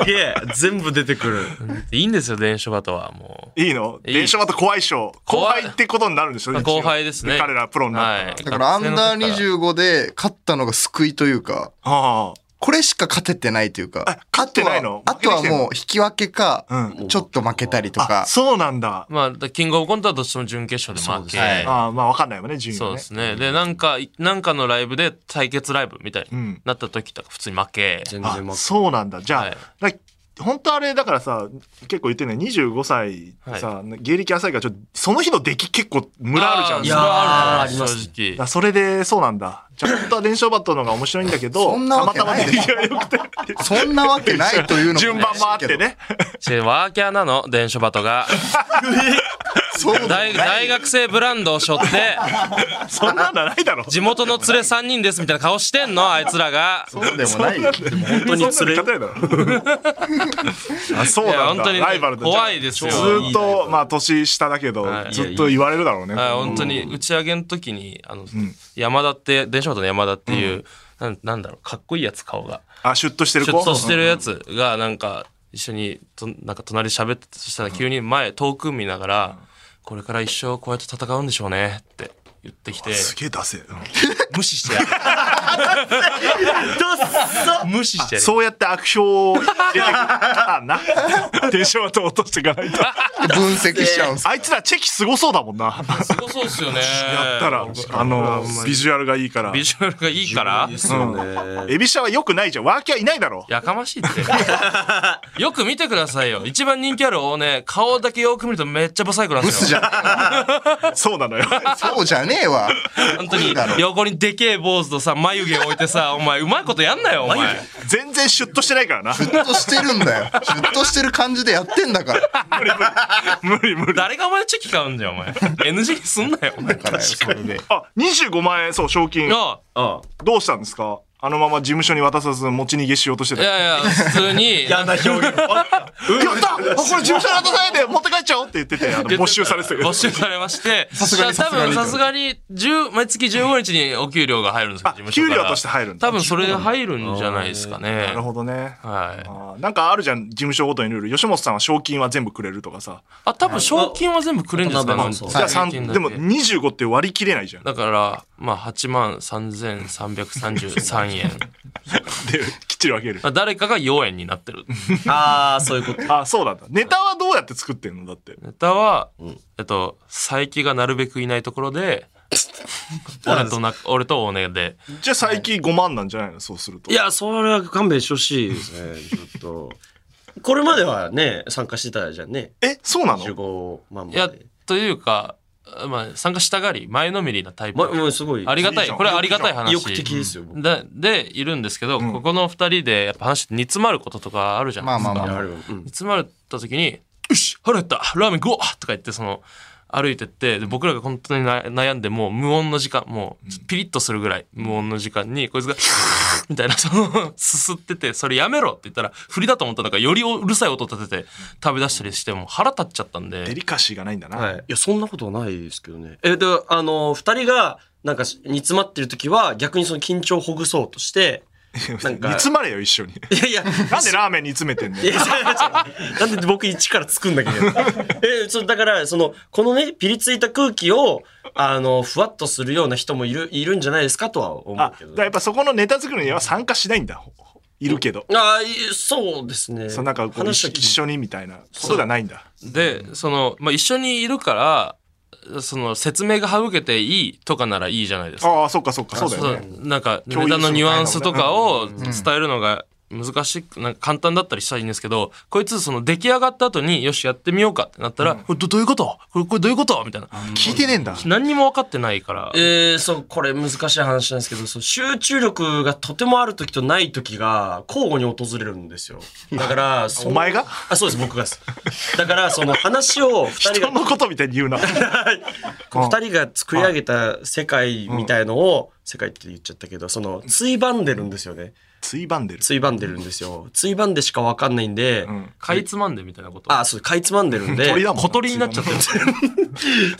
Speaker 5: げえ全部出てくる
Speaker 4: いいんですよ、電書バトは。も
Speaker 1: いいの
Speaker 4: いい
Speaker 1: 伝書バト怖いっしょ。後輩ってことになるんでしょ
Speaker 4: う。
Speaker 1: 一応
Speaker 4: 後輩ですね。
Speaker 1: 彼らプロになったら。
Speaker 4: はい
Speaker 3: だからアンダー25で勝ったのが救いというか、
Speaker 1: あ
Speaker 3: これしか勝ててないというか。
Speaker 1: あ勝ってないの
Speaker 3: あとはあとはもう引き分けか
Speaker 1: う、
Speaker 3: ちょっと負けたりと
Speaker 1: あ。あ
Speaker 3: か。
Speaker 1: そうなんだ。
Speaker 4: まあ、だキングオブコントはどっちも準決勝で負け。
Speaker 1: ああまあわかんないもんね、順位
Speaker 4: そう
Speaker 1: は
Speaker 4: で
Speaker 1: ね。
Speaker 4: すね。で、なんか、なんかのライブで対決ライブみたいになった時とか、普通に負け。
Speaker 5: 全然
Speaker 1: あ
Speaker 5: ま
Speaker 1: そうなんだじゃあ、
Speaker 4: はい
Speaker 1: だ本当あれだからさ結構言ってね25歳ってさ、芸歴浅いからちょっとその日の出来結構ムラあるじゃん
Speaker 4: い
Speaker 5: や
Speaker 4: や
Speaker 5: ー
Speaker 1: だか
Speaker 4: ある
Speaker 5: い
Speaker 4: じゃん、
Speaker 5: やーあります
Speaker 4: 正
Speaker 1: ら
Speaker 4: 直。
Speaker 1: それでそうなんだじゃあ本当は連勝バットの方が面白いんだけど
Speaker 3: そんなわけな
Speaker 1: た
Speaker 3: い
Speaker 1: またま出来が良 くて
Speaker 3: そんなわけないというのも。
Speaker 1: 順番もあって。ね
Speaker 4: ちワーキャーなの、電書バト が。
Speaker 3: そうだ
Speaker 4: 大大学生ブランドを背負 って、
Speaker 1: そんなんだないだろ
Speaker 4: 地元の連れ3人ですみたいな顔してんの、あいつらが。
Speaker 3: そうでもないよ。
Speaker 1: 本
Speaker 5: 当に
Speaker 1: そんな
Speaker 5: 連れ
Speaker 1: の勝てない だろあそう
Speaker 4: いや、
Speaker 1: なん
Speaker 4: 本
Speaker 1: だ
Speaker 4: 当にね
Speaker 1: ライバルだ
Speaker 4: 怖いですよ
Speaker 1: じゃ。あずっとまあ年下だけど、
Speaker 4: はい
Speaker 1: ずっと言われるだろうね
Speaker 4: あ本当に打ち上げの時にあの、山田って電車バトの山田っていう、なんなんだろうかっこいいやつ顔が
Speaker 1: あシュッとしてる
Speaker 4: ち
Speaker 1: 子
Speaker 4: ょっとしてるやつがなんか一緒にとなんか隣喋っててそしたら急に前遠く見ながら、これから一生こうやって戦うんでしょうね」って言ってきて
Speaker 1: すげえ出せ、うん
Speaker 4: 無視してやる無視してやる
Speaker 1: そうやって悪評を入れてくあ な。テンションはと落としていかないと。
Speaker 3: 分析しちゃうんです。
Speaker 1: あいつらチェキすごそうだもんな。やっ
Speaker 4: すごそうっすよね
Speaker 1: たら、あの、ビジュアルがいいから。
Speaker 4: ビジュアルがいいから
Speaker 5: すよね
Speaker 1: エビシャは良くないじゃん。ワーキャーいないだろ。
Speaker 4: やかましいって。よく見てくださいよ。一番人気ある大ね、顔だけよく見るとめっちゃブサイクなんで
Speaker 3: ブ
Speaker 4: す
Speaker 3: ス
Speaker 4: よ。
Speaker 3: じゃ、
Speaker 1: そうなのよ。
Speaker 3: そうじゃねえわ。
Speaker 4: 本当に横にでけえ坊主とさ眉毛置いてさお前うまいことやんなよお前
Speaker 1: 全然シュッとしてないからな。
Speaker 3: シュッとしてるんだよ。シュッとしてる感じでやってんだから。
Speaker 1: 無理無理。
Speaker 4: 誰がお前のチェキ買うんだよお前 NG にすんなよお前
Speaker 3: だからよそれで。
Speaker 1: あ、25万円、そう、賞金。
Speaker 4: あ
Speaker 5: あ
Speaker 1: どうしたんですかあのまま事務所に渡さず持ち逃げしようとして
Speaker 4: い
Speaker 1: た。やっ
Speaker 4: やいや普通に
Speaker 5: あんな表現
Speaker 1: たあこれ事務所に渡さないで持って帰っちゃおうって言ってて、あの没収さ れてたけど
Speaker 4: 募。集されましてさ
Speaker 3: すがに
Speaker 4: 多分さすがに10毎月15日にお給料が入るんですよ
Speaker 1: あ
Speaker 4: 事務所から
Speaker 1: 給料として入るんだ
Speaker 4: 多分それで入るんじゃないですかね
Speaker 1: なるほどね。
Speaker 4: はい
Speaker 1: あーなんかあるじゃん、事務所ごとにルール。吉本さんは賞金は全部くれるとかさ。
Speaker 4: あ多分賞金は全部くれるんですか
Speaker 5: まあ
Speaker 4: ね
Speaker 5: そう
Speaker 1: じゃあ
Speaker 4: 賞
Speaker 1: 三
Speaker 4: 金だけ
Speaker 1: でも25って割り切れないじゃん。
Speaker 4: だからまあ8万3333円
Speaker 1: で、きっちり分ける
Speaker 4: ま。あ誰かが4円になってる
Speaker 5: ああそういうこと
Speaker 1: あ、そうなんだ。ネタはどうやって作ってんのだって。
Speaker 4: ネタは、えっと、佐伯がなるべくいないところで、俺とな、俺と大根で。
Speaker 1: じゃあ最近5万なんじゃないのそうすると。
Speaker 5: いやそれは勘弁してほしいですねちょっと これまではね参加してたじゃんね
Speaker 1: え、そうなの
Speaker 5: 15万
Speaker 4: いや
Speaker 5: まで、
Speaker 4: というか、まあ、参加したがり、前のめりなタイプ。
Speaker 5: まもうすごい
Speaker 4: ありがた
Speaker 1: いい
Speaker 4: い。
Speaker 1: じゃん
Speaker 4: これはありがたい話。
Speaker 5: 意欲的ですよ僕
Speaker 4: で、で、いるんですけど、ここの二人で、やっぱ話煮詰まることとかあるじゃん。
Speaker 3: まあまあまあまあ。
Speaker 5: あるうん
Speaker 4: 煮詰まった時に、よし腹減ったラーメン食おうとか言って、その、歩いてって、で、僕らが本当にな悩んで、もう無音の時間、もう、ピリッとするぐらい無音の時間に、こいつが、 みたいな、その、すすってて、それやめろって言ったら、振りだと思ったのか、よりうるさい音立てて、食べ出したりして、もう腹立っちゃったん
Speaker 1: デ
Speaker 4: で、
Speaker 1: リカシーがないんだな。
Speaker 5: はい、いやそんなことはないですけどねえであの2人がなんかし煮詰まってる時は逆にその緊張をほぐそうとして
Speaker 1: 煮
Speaker 5: なんか
Speaker 1: 詰まれよ、一 緒に。
Speaker 5: いやいや
Speaker 1: なんでラーメン煮詰めてんの
Speaker 5: いや、違う違うなんで僕一から作んだけ ど。え、そう、だから、その、このね、ピリついた空気を、あの、ふわっとするような人もいる、いるんじゃないですかとは思
Speaker 1: あ、だ
Speaker 5: う
Speaker 1: か
Speaker 5: けど。
Speaker 1: らやっぱそこのネタ作りには参加しないんだ。いるけど。
Speaker 5: ああ、いそうですね。
Speaker 1: そうなんかこう一
Speaker 5: 話は聞い
Speaker 1: 一緒にみたいなことがないんだ。
Speaker 4: で、その、まあ、一緒にいるから、その説明が省けていいとかならいいじゃないですか。
Speaker 1: ああ、そっかそっか、そうだよね。
Speaker 4: そうなんか、
Speaker 1: 共有
Speaker 4: ネタのニュアンスとかを
Speaker 3: んうん
Speaker 4: 伝えるのが難しく、なんか簡単だったりしたらいいんですけど、こいつ、その出来上がった後に、よし、やってみようかってなったら、これどどういうことこれこれどういうことみたいな。
Speaker 1: 聞いてねえんだ。
Speaker 4: 何にも分かってないから。
Speaker 5: えー、そう、これ難しい話なんですけど、そう集中力がとてもある時とない時が交互に訪れるんですよ。だから、その
Speaker 1: お前が
Speaker 5: あ、そうです、僕がです。だから、その話を二人
Speaker 1: 人
Speaker 5: が、
Speaker 1: のことみたいに言うな。うん
Speaker 5: 二人が作り上げた世界みたいのを、世界って言っちゃったけど、その、ついばんでるんですよね。
Speaker 1: ついばんでる。
Speaker 5: ついばんでるんですよ。ついばんでしかわかんないんで、
Speaker 1: ん
Speaker 4: かいつまんでみたいなこと。
Speaker 5: あ、そう、かいつまんでる んで、
Speaker 1: 鳥だもんな
Speaker 4: 小鳥になっちゃってる。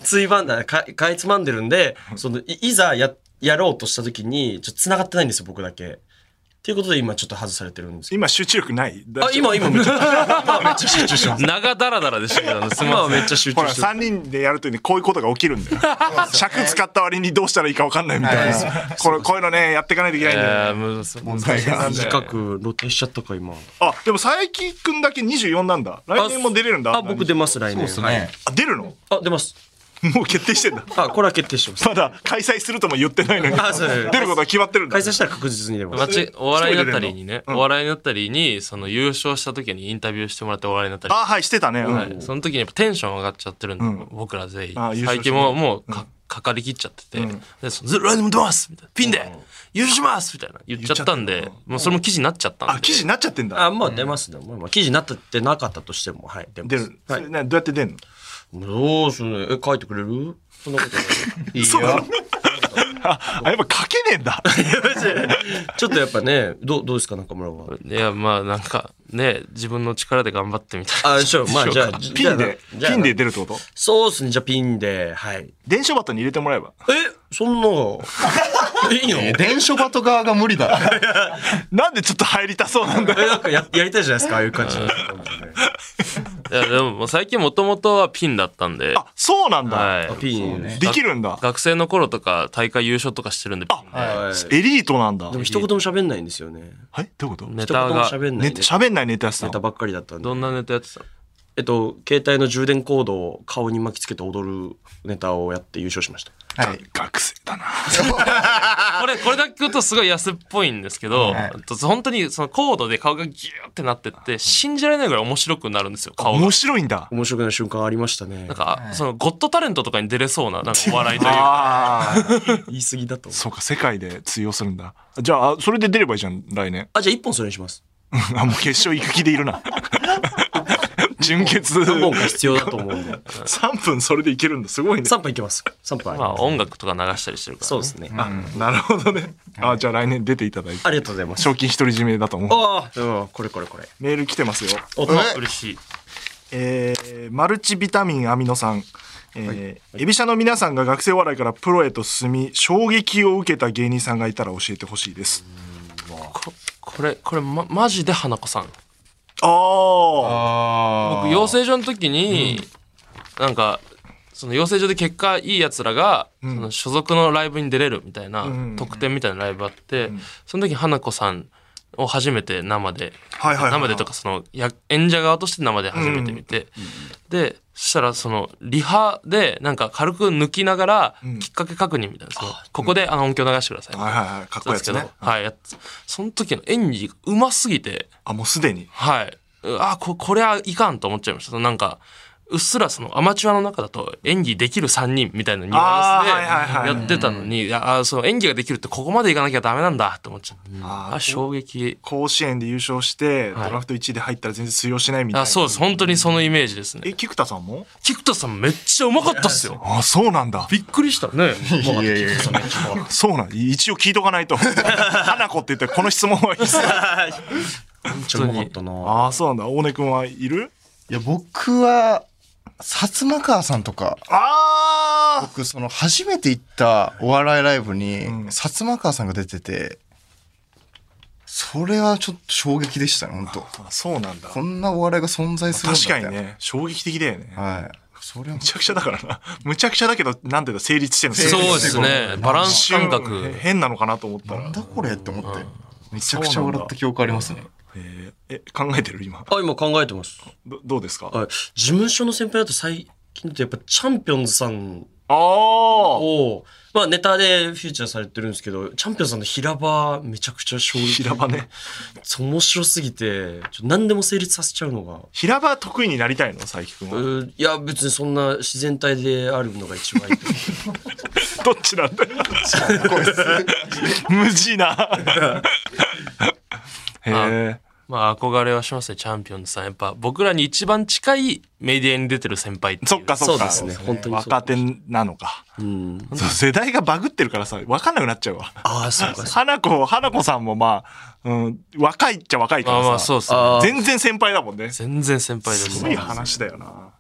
Speaker 5: ついばんだ、かかいつまんでるんで、そのいいざややろうとした時に、ちょっと繋がってないんですよ、僕だけ。っていうことで今ちょっと外されてるんですけ
Speaker 1: 今集中力ない。
Speaker 5: ど。あ、今、今めっちゃ、今めっちゃ集中してます。
Speaker 4: 長だらだらでしたけど、すみ
Speaker 5: 今
Speaker 4: ま
Speaker 5: は
Speaker 4: せん。
Speaker 5: めっちゃ集
Speaker 1: ほ
Speaker 5: 中
Speaker 1: ら、
Speaker 5: してま
Speaker 1: 3人でやるとね、こういうことが起きるん だよ。尺使った割にどうしたらいいか分かんないみたいな。これ、こういうのね、やっていかないといけないんだよね。
Speaker 4: えーむず
Speaker 3: 問題が
Speaker 4: 難
Speaker 5: す。
Speaker 4: しい
Speaker 5: 短く露呈しちゃったか、今。
Speaker 1: あ、でも佐伯くんだけ24なんだ。来年も出れるんだ。
Speaker 5: あ、僕出ます、来年。はい。
Speaker 1: あ出るの
Speaker 5: あ、出ます。
Speaker 1: もう決定してんだ。
Speaker 5: あ、これは決定してます。
Speaker 1: まだ開催するとも言ってないのに。
Speaker 5: あそうです
Speaker 1: 出ることは決まってるんだ
Speaker 5: 開。催したら確実に出ます。
Speaker 4: 街お笑いだったりにね、お笑いだったりに、その優勝した時にインタビューしてもらってお笑いだったり。
Speaker 1: あ、はい、してたね。うん
Speaker 4: はいその時にやっぱテンション上がっちゃってるんで、僕ら全員
Speaker 1: あ優。勝
Speaker 4: 最
Speaker 1: して
Speaker 4: 近
Speaker 1: ね
Speaker 4: ももうか、かかりきっちゃってて、で、そのず来年も出ますみたいな。ピンで優勝しますみたいな言っちゃったんで、もうそれも記事になっちゃったんで。
Speaker 1: あ、記事になっちゃってんだ。
Speaker 5: あ、まあ出ますね。もう今記事になったってなかったとしても、はい、出ます。
Speaker 1: 出る。そ
Speaker 5: は
Speaker 1: れ
Speaker 5: い。
Speaker 1: ねどうやって出んの
Speaker 5: どうすんのえ、書いてくれるそん なことない。
Speaker 3: いいよ。
Speaker 1: あ、やっぱ書けねえんだ。
Speaker 5: ちょっとやっぱね、どうどうですか、中村 は。
Speaker 4: いや、まあなんか、ね、自分の力で頑張ってみたいな。
Speaker 5: あ、そう、まあ じゃあ、
Speaker 1: ピンで、
Speaker 5: じゃあ
Speaker 1: ピンで。出るってこと
Speaker 5: そうっすね、じゃあピンで、はい。
Speaker 1: 電書バトに入れてもらえば。
Speaker 5: え、そんなの え、いいの
Speaker 3: え
Speaker 5: え、
Speaker 3: 電書バト側が無理だ。
Speaker 1: なんでちょっと入りたそうなんだ。
Speaker 5: なんかややりたいじゃないですか、ああいう感じの。
Speaker 4: いや、でももう最近もともとはピンだったんで、
Speaker 1: あ、そうなんだ。
Speaker 4: はい。
Speaker 5: ピン。
Speaker 1: できるんだ。
Speaker 4: 学生の頃とか大会優勝とかしてるんで、ピンで
Speaker 5: はい。
Speaker 1: エリートなんだ
Speaker 5: で。も一言も喋んないんですよね。
Speaker 1: えどういうこと
Speaker 4: ネ
Speaker 5: 一
Speaker 4: タ
Speaker 5: 言も
Speaker 4: が、
Speaker 5: 喋んない
Speaker 1: ネ
Speaker 5: ん
Speaker 1: タ
Speaker 5: で。
Speaker 1: 喋んないネタやってた
Speaker 5: ネタ
Speaker 1: の
Speaker 5: ばっかりだったんで
Speaker 4: ど。んなネタやってたの
Speaker 5: えっと、携帯の充電コードを顔に巻きつけて踊るネタをやって優勝しました。
Speaker 3: はい。
Speaker 1: 学生だな。
Speaker 4: これ、これだけ聞くとすごい安っぽいんですけど、本当にそのコードで顔がギューってなってって、信じられないぐらい面白くなるんですよ、顔が
Speaker 1: 面。白いんだ。
Speaker 5: 面白くない瞬間ありましたね
Speaker 4: なん。か、その、ゴッドタレントとかに出れそうな、なんかお笑いというか。
Speaker 1: ああ。
Speaker 5: 言い過ぎだと思う。
Speaker 1: そうか、世界で通用するんだ。じゃあ、それで出ればいいじゃん、来年。
Speaker 5: あ、じゃあ一本それにします。
Speaker 1: あ、もう決勝行く気でいるな。 純潔。
Speaker 5: 一本が必要だと思 うんで。
Speaker 1: 3分それでいけるんだ。すごいね。
Speaker 5: 3分いけます。3分あり
Speaker 4: まあ、
Speaker 5: ます。
Speaker 4: 音楽とか流したりしてるから。
Speaker 5: そうですね。
Speaker 1: あなるほどね。あ、じゃあ来年出ていただいて
Speaker 5: あ。りがとうございます。
Speaker 1: 賞金独り占めだと思う。
Speaker 5: ああ、うん、これこれこれ。
Speaker 1: メール来てますよ。
Speaker 5: おっと
Speaker 3: え
Speaker 4: 嬉しい。
Speaker 1: えーマルチビタミンアミノ酸。えーエビシャの皆さんが学生お笑いからプロへと進み衝撃を受けた芸人さんがいたら教えてほしいです
Speaker 4: ここれ、これ、ま、マジで花子さん。
Speaker 1: ああ
Speaker 4: 僕養成所の時に、なんかその養成所で結果いいやつらが、その所属のライブに出れるみたいな、
Speaker 1: ん
Speaker 4: 特典みたいなライブあって、その時花子さんを初めて生で、
Speaker 1: はいはいはいはい
Speaker 4: 生でとかそのや演者側として生で初めて見て、でそしたらそのリハでなんか軽く抜きながらきっかけ確認みたいな、そのここであの音響流してください、
Speaker 1: はいはいはいかっこいいやつ
Speaker 4: なんで
Speaker 1: ね
Speaker 4: すけど、はい、やっその時の演技がうますぎて。
Speaker 1: あもうすでに
Speaker 4: はい。うあ、こ、こりゃいかんと思っちゃいました。そのなんか、うっすらそのアマチュアの中だと演技できる3人みたいなニュア
Speaker 1: あーはいはい
Speaker 4: ンス
Speaker 1: はい
Speaker 4: でやってたのに、いやあその演技ができるってここまでいかなきゃダメなんだと思っちゃって。
Speaker 1: あ
Speaker 4: あ、衝撃。
Speaker 1: 甲子園で優勝してド
Speaker 4: い
Speaker 1: ラフト1位で入ったら全然通用しないみたいな
Speaker 4: あ、そうです。本当にそのイメージですね。
Speaker 1: え菊田さんも
Speaker 4: 菊田さんめっちゃうまかったっすよ。
Speaker 1: あそうなんだ
Speaker 4: びっくりした ね。
Speaker 3: いやいやいや。
Speaker 1: そうなん一応聞いとかないと 花子って言ったらこの質問はいいっす
Speaker 5: めっちゃうまかった な。
Speaker 1: ああそうなんだ大根くんはいる
Speaker 3: いや、僕は、薩摩川さんとか、
Speaker 1: あ
Speaker 3: 僕、その、初めて行ったお笑いライブに、
Speaker 1: ん
Speaker 3: 薩摩川さんが出てて、それはちょっと衝撃でしたね、本当
Speaker 1: あそうなんだ
Speaker 3: こんなお笑いが存在するんだ
Speaker 1: 確かに
Speaker 3: みたい
Speaker 1: ね衝撃的だよね
Speaker 3: な。はい。それは
Speaker 1: む、ちゃくちゃだからな。むちゃくちゃだけど、なんていうの、成立してるん
Speaker 4: そうですね。バランス感覚。
Speaker 1: 変なのかなと思ったら
Speaker 3: なん。だこれって思って。めちゃくちゃ笑った記憶ありますね。
Speaker 1: えーえ、考えてる今。
Speaker 5: あ、今考えてます。
Speaker 1: どどうですか、
Speaker 5: はい。事務所の先輩だと最近だとやっぱチャンピオンズさん
Speaker 1: ああ
Speaker 5: を、まあネタでフューチャーされてるんですけど、チャンピオンズさんの平場めちゃくちゃ衝撃。
Speaker 1: 平場ね。
Speaker 5: 面白すぎて、ちょ何でも成立させちゃうのが。
Speaker 1: 平場得意になりたいの佐伯くん
Speaker 5: う
Speaker 1: は。
Speaker 5: ーいや、別にそんな自然体であるのが一番いいと 思う。
Speaker 1: どっちなん だよ。
Speaker 3: こいつ
Speaker 1: 無事な。へえ。
Speaker 4: まあ憧れはしますね、チャンピオンズさん。やっぱ僕らに一番近いメディアに出てる先輩っていう
Speaker 1: そっかそっか。
Speaker 5: そうですね本当にそう
Speaker 1: 若手なのか。
Speaker 5: うん。
Speaker 1: そう世代がバグってるからさ、わかんなくなっちゃうわ。
Speaker 5: ああ、そうか。
Speaker 1: 花子、花子さんもまあ、うん、若いっちゃ若いか
Speaker 4: まあ
Speaker 1: らさ。
Speaker 4: まあそうですね。
Speaker 5: あー
Speaker 1: 全然先輩だもんね。す
Speaker 4: 全然先輩です
Speaker 1: ごい話だよな。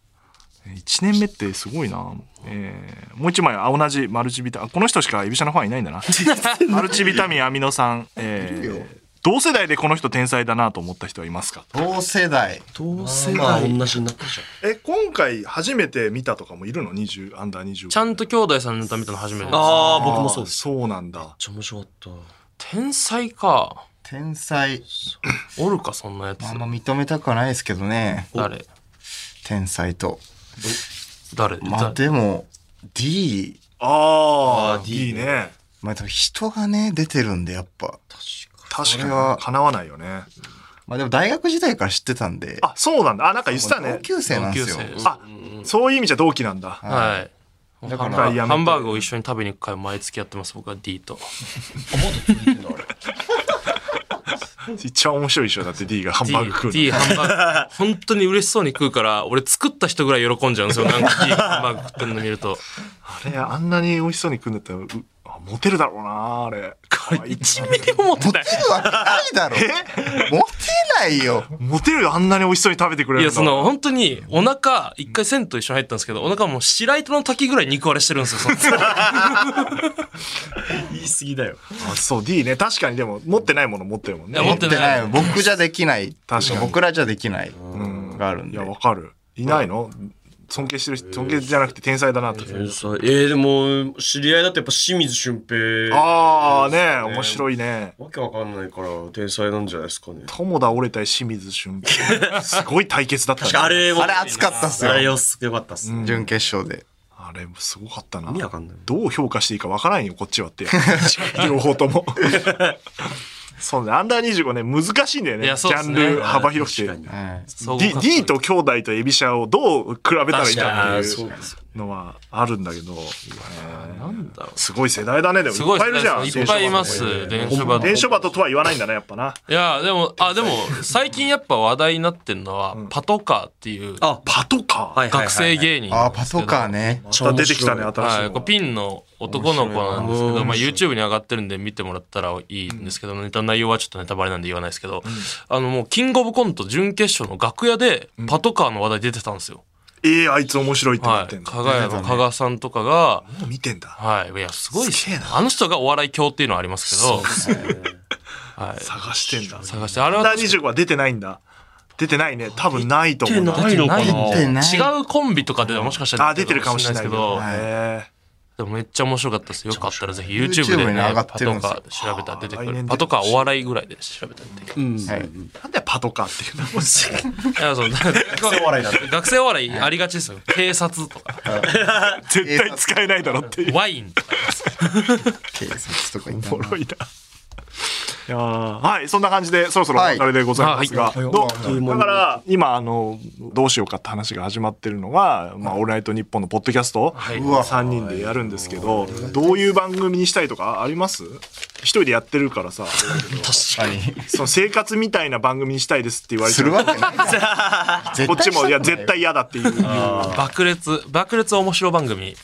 Speaker 1: 1年目ってすごいな。えーもう一枚、同じマルチビタあこの人しかエビシャのファンいないんだな。マルチビタミンアミノ酸。えー同世代でこの人天才だなと思った人はいますか
Speaker 3: 同世代。
Speaker 5: 同世代同じになってるじ
Speaker 1: え、今回初めて見たとかもいるの ?20、アンダー20。
Speaker 4: ちゃんと兄弟さんのためたの初めてです
Speaker 5: ゃん。ああ、僕もそうです。
Speaker 1: す。そうなんだ。
Speaker 5: めっちゃ面白かった。
Speaker 4: 天才か。
Speaker 3: 天才。
Speaker 4: おるか、そんなやつ。
Speaker 3: あんま認めたくはないですけどね。
Speaker 4: 誰
Speaker 3: 天才と。
Speaker 4: 誰
Speaker 3: まあ
Speaker 4: 誰
Speaker 3: でも、D、
Speaker 1: ああ
Speaker 5: あ、ー
Speaker 1: D ね。
Speaker 3: まあでも人がね、出てるんでやっぱ。
Speaker 1: 確か
Speaker 3: それは
Speaker 1: に。叶わないよね。
Speaker 3: まあでも大学時代から知ってたんで。
Speaker 1: あ、そうなんだ。あ、なんか言ってたね
Speaker 3: 同。級生なんですよ
Speaker 4: 同。級生
Speaker 1: あ、そういう意味じゃ同期なんだ。
Speaker 4: はい。
Speaker 3: だ
Speaker 4: ハ
Speaker 3: か
Speaker 4: ン
Speaker 3: ら
Speaker 4: バ
Speaker 1: やめ
Speaker 4: ー
Speaker 1: て
Speaker 4: ハンバーグを一緒に食べに行く会毎月やってます僕は D と
Speaker 1: 一番面白いでしょ。だって D がハン
Speaker 4: D,
Speaker 1: バーグ食う
Speaker 4: D
Speaker 1: の。
Speaker 4: ハンバーグ本当に嬉しそうに食うから俺作った人ぐらい喜んじゃうんですよなんか D ハンバーグ食ってるの見ると
Speaker 1: あれ、あんなに美味しそうに食うんだったら、うあモテるだろうな、あれ。可愛い
Speaker 4: 1ミリも持ってな
Speaker 3: モ
Speaker 4: い
Speaker 3: テるわけないだろ。モテないよ。
Speaker 1: モテるよ、あんなに美味しそうに食べてくれる
Speaker 4: い
Speaker 1: んだ
Speaker 4: やその本当にお腹一回銭湯一緒に入ったんですけどお腹もう白糸の滝ぐらい肉割れしてるんですよその
Speaker 5: 言い過ぎだよ。
Speaker 1: あそう、D ね。確かにでも、持ってないもの持ってるもんね
Speaker 4: いや。
Speaker 3: 持
Speaker 4: 持
Speaker 3: っ
Speaker 4: ってて
Speaker 3: な
Speaker 4: ない
Speaker 3: い。僕じゃできない。
Speaker 1: 確かに
Speaker 3: 僕らじゃできない。があるん
Speaker 1: い
Speaker 3: で
Speaker 1: や、。わかる。いないの尊敬してる人、尊敬じゃなくて天才だなって。
Speaker 5: えー、でも、知り合いだとやっぱ清水俊平。
Speaker 1: ああ、ね面白いね。
Speaker 5: わけわかんないから、天才なんじゃないですかね。
Speaker 1: 友田折れたい清水俊平。すごい対決だったね。
Speaker 5: あれも
Speaker 3: あれ熱かったっすよ
Speaker 5: あれよすごかったっす。意
Speaker 3: 準決勝で。
Speaker 1: あれもすごかったな。
Speaker 5: 味わかんない。
Speaker 1: どう評価していいかわからんよ、こっちはって。両方とも。そうね、アンダー25ね、難しいんだよね。
Speaker 4: いや
Speaker 1: ジ
Speaker 4: そうっ
Speaker 1: ャ
Speaker 4: す
Speaker 1: ン
Speaker 4: ね
Speaker 1: ル幅広くて。
Speaker 5: 確かに
Speaker 3: はい。
Speaker 4: 総合格
Speaker 1: D,
Speaker 4: 闘
Speaker 1: D と兄弟とエビシャをどう比べたらいいかっ
Speaker 5: ー
Speaker 1: て
Speaker 5: そ
Speaker 1: いうう
Speaker 5: ですよ
Speaker 1: のはあるんだけど、
Speaker 4: なんだろう
Speaker 1: すごい世代だね、でも
Speaker 4: すご
Speaker 1: いっ
Speaker 4: い
Speaker 1: ぱいいるじゃん。
Speaker 4: ですねいっぱいいます電書場
Speaker 1: 伝書バトとは言わないんだね、やっぱな。
Speaker 4: いやでもあでも最近やっぱ話題になってるのは、パトカーっていう
Speaker 5: あ、
Speaker 1: パトカー。
Speaker 5: はいはいはい
Speaker 4: 学生芸人
Speaker 3: あ
Speaker 4: な
Speaker 3: あ、
Speaker 4: んで
Speaker 3: パ
Speaker 4: すけど
Speaker 3: トカーね。
Speaker 1: また出てきたね、新しい
Speaker 4: はい、
Speaker 1: の
Speaker 4: こ
Speaker 1: が
Speaker 4: れ。ピンの男の子なんですけど、まあ、YouTube に上がってるんで見てもらったらいいんですけど、ネタの内容はちょっとネタバレなんで言わないですけど、あのもうキングオブコント準決勝の楽屋でパトカーの話題出てたんですよ。
Speaker 1: ええあいつ面白いってな
Speaker 4: は
Speaker 1: ってん
Speaker 4: い。
Speaker 1: だ。
Speaker 4: 加賀屋の加賀さんとかが、
Speaker 1: もう見てんだ。
Speaker 4: はい。いや、すごいっす
Speaker 1: すげえな
Speaker 4: あの人がお笑い教っていうのはありますけど、
Speaker 1: 探してんだ。
Speaker 4: 探して、あれ
Speaker 1: アンダ
Speaker 4: は
Speaker 1: ー25は出てないんだ。出てないね。多分ないと思うな。
Speaker 5: 出てないのか
Speaker 3: 出
Speaker 5: な
Speaker 3: てない。
Speaker 4: 違うコンビとかでもしかしたら
Speaker 1: あ、出てるかもしれない
Speaker 4: で
Speaker 1: け
Speaker 4: す
Speaker 1: ど。
Speaker 4: けど、
Speaker 1: へ
Speaker 4: でもめっちゃ面白かったです。よかったらぜひ YouTube で
Speaker 3: YouTube に
Speaker 4: ね、
Speaker 3: 上が
Speaker 4: パ
Speaker 3: ってるん
Speaker 4: ト
Speaker 3: ですよ
Speaker 4: カー調べたら出てく
Speaker 1: 来年出
Speaker 4: る。
Speaker 1: る
Speaker 4: パトカーお笑いぐらいで調べたら出てくる。
Speaker 3: はい
Speaker 1: ーなんでパトカーっていうの
Speaker 4: いや、そう、学生
Speaker 5: 笑いなん
Speaker 4: 学生お笑いありがちですよ。警察とか、
Speaker 1: 絶対使えないだろっていう。
Speaker 4: ワインとか。
Speaker 3: 警察とかい
Speaker 1: お
Speaker 3: た
Speaker 1: も
Speaker 3: な
Speaker 1: ろいな。いやーはい、そんな感じで、そろそろお別れでございますが、
Speaker 4: は
Speaker 1: どうだから、今、あの、どうしようかって話が始まってるのが、まあ、オールナイトニッポンのポッドキャスト、
Speaker 4: い
Speaker 3: わ
Speaker 1: 3人でやるんですけど、どういう番組にしたいとかあります一人でやってるからさ、
Speaker 3: 確かに。
Speaker 1: その生活みたいな番組にしたいですって言われ
Speaker 3: す
Speaker 1: て
Speaker 3: るわけない。
Speaker 1: こっちも、いや、絶対嫌だっていう。
Speaker 4: 爆裂、爆裂面白番組。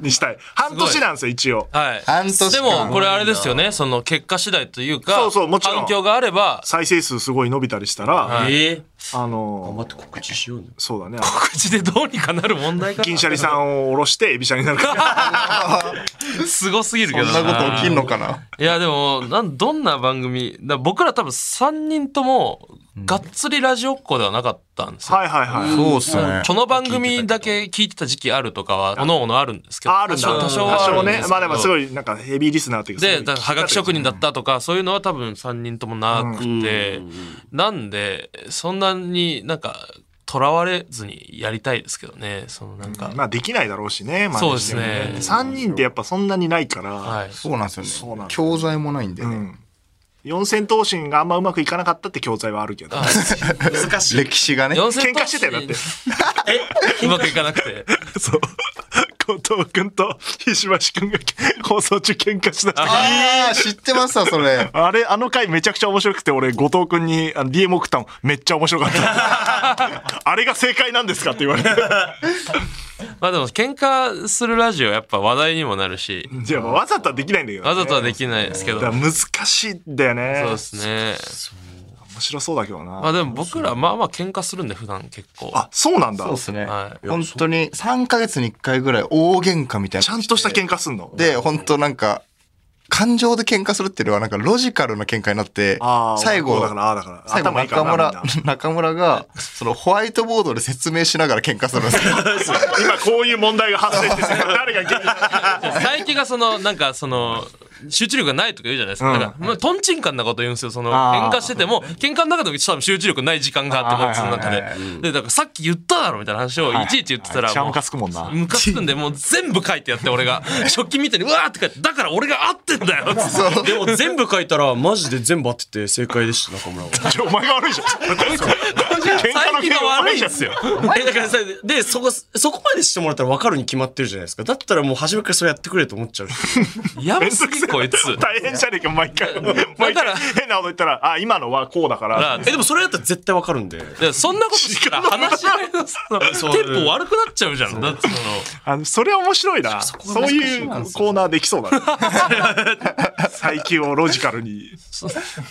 Speaker 1: にしたい。半年なんですよ、一応。
Speaker 4: はい。
Speaker 3: 半年間
Speaker 4: でも、これあれですよね。その結果次第というか、
Speaker 1: そうそうもちろん
Speaker 4: 反響があれば、
Speaker 1: 再生数すごい伸びたりしたら、
Speaker 4: はい
Speaker 5: えー
Speaker 1: あ
Speaker 5: 頑
Speaker 1: の
Speaker 5: 張って告知しようね。
Speaker 1: そうだね。
Speaker 4: 口でどうにかなる 問題かな
Speaker 1: 銀シャリさんを下ろしてエビシャ リになるから。
Speaker 4: すごすぎるけ
Speaker 3: そ
Speaker 4: ど
Speaker 3: んなこと起きんのかない
Speaker 4: やでもなんどんな番組だ僕ら多分3人ともがっつりラジオっ子ではなかったんですよ、
Speaker 1: はいはいはい。
Speaker 3: そうっすね
Speaker 4: この番組だけ聞いてた時期あるとかは各々あるんですけど
Speaker 1: ああるんだ。
Speaker 4: 多
Speaker 1: 多
Speaker 4: 少
Speaker 1: 少
Speaker 4: はあるんです
Speaker 1: ね
Speaker 4: け。ど
Speaker 1: まあでもすごいなんかヘビーリスナーというか。
Speaker 4: で、だからはがき職人だったとか、そういうのは多分3人ともなくて、
Speaker 5: うん
Speaker 4: なんで、そんなになんか、とらわれずにやりたいですけどね、そのなんか、
Speaker 1: まあできないだろうしね。まあ
Speaker 4: そうですね
Speaker 1: 3人ってやっぱそんなにないから。
Speaker 4: はい。
Speaker 3: そうなんです
Speaker 1: そう
Speaker 3: よ
Speaker 1: なん
Speaker 3: ね
Speaker 1: ですよ
Speaker 3: 教材もないんで
Speaker 1: う
Speaker 3: ね
Speaker 1: ん。四千頭身があんまうまくいかなかったって教材はあるけど。
Speaker 5: 難しい。
Speaker 3: 歴史がね
Speaker 1: 喧嘩してたよだって。
Speaker 4: うまくいかなくて。
Speaker 1: そう。後藤君と石橋君が放送中喧嘩した。あ
Speaker 3: ああ知ってますわそれ
Speaker 1: れ、あの回めちゃくちゃ面白くて、俺、後藤君にあの DM 送ったの、めっちゃ面白か った。あれが正解なんですかって言われて。
Speaker 4: まあでも、喧嘩するラジオやっぱ話題にもなるし、
Speaker 1: じゃあ、わざとはできないんだけど、ね。
Speaker 4: わざとはで
Speaker 1: き
Speaker 4: きないですけど、
Speaker 1: だ
Speaker 4: そ
Speaker 1: から難しいんだよね
Speaker 4: う。ですね。
Speaker 1: 面白そうだけどな。
Speaker 4: まあでも僕ら、まあまあ喧嘩するんで、普段結構。
Speaker 1: あ、そうなんだ
Speaker 3: そう。ですね
Speaker 4: はい
Speaker 3: 本当に3ヶ月に1回ぐらい大喧嘩みたいな
Speaker 1: ちゃんとした喧嘩すんの。
Speaker 3: で、本当なんか、感情で喧嘩するっていうのはなんかロジカルな喧嘩になって
Speaker 1: ああ、、
Speaker 3: 最
Speaker 1: こ
Speaker 3: 後
Speaker 1: うだか、ら、ああだから。
Speaker 3: 最後
Speaker 1: 頭いいから
Speaker 3: 中
Speaker 1: な
Speaker 3: 村
Speaker 1: みんな、
Speaker 3: 中村が、そのホワイトボードで説明しながら喧嘩するんです よ。
Speaker 1: 今こういう問題が発生して、誰が元気
Speaker 4: 佐伯がそのなんかその集中力がないとか言うじゃないですか。
Speaker 1: うん
Speaker 4: なんか、まあ、トンチンカンなこと言うんですよ。その、喧
Speaker 1: あー
Speaker 4: 嘩してても、喧嘩の中でも多分集中力ない時間があって、
Speaker 1: あー
Speaker 4: ボックスの中
Speaker 1: はいは
Speaker 4: で。で、だからさっき言っただろみたいな話をいちいち言ってたら、
Speaker 1: ちゃ
Speaker 4: もう
Speaker 1: ムカつくもんな。
Speaker 4: ムカつくんで、もう全部書いてやって、俺が。食器見てに、うわーって書いて、だから俺が合ってんだ よつって
Speaker 5: でも全部書いたら、マジで全部合ってて正解でした、中村は。
Speaker 1: ちょお前が悪いじゃん。喧嘩の
Speaker 4: 佐伯
Speaker 1: 件
Speaker 4: が
Speaker 1: は
Speaker 4: 悪
Speaker 1: 悪
Speaker 4: い
Speaker 1: い
Speaker 4: ん
Speaker 1: じゃ
Speaker 4: で
Speaker 1: ん。
Speaker 4: すよ。
Speaker 5: え、だからさ、で、そこ、そこまでしてもらったら分かるに決まってるじゃないですか。だったらもう初めからそうやってくれと思っちゃうし。
Speaker 4: やば
Speaker 1: 面
Speaker 4: す
Speaker 1: 倒く
Speaker 4: ぎ、
Speaker 1: せえ
Speaker 4: こいつ。
Speaker 1: 大変じゃねえか、毎回。
Speaker 4: だ
Speaker 1: 毎
Speaker 4: から
Speaker 1: 回変なこと言ったら、あ、今のはこうだから。
Speaker 4: だ
Speaker 5: え、でもそれだったら絶対分かるんで。
Speaker 4: でそんなことしたら話し合いのその
Speaker 5: そう
Speaker 4: テンポ悪くなっちゃうじゃん。だってその、
Speaker 1: あのそれ面白いな。そういうコーナーできそうだな。最近をロジカルに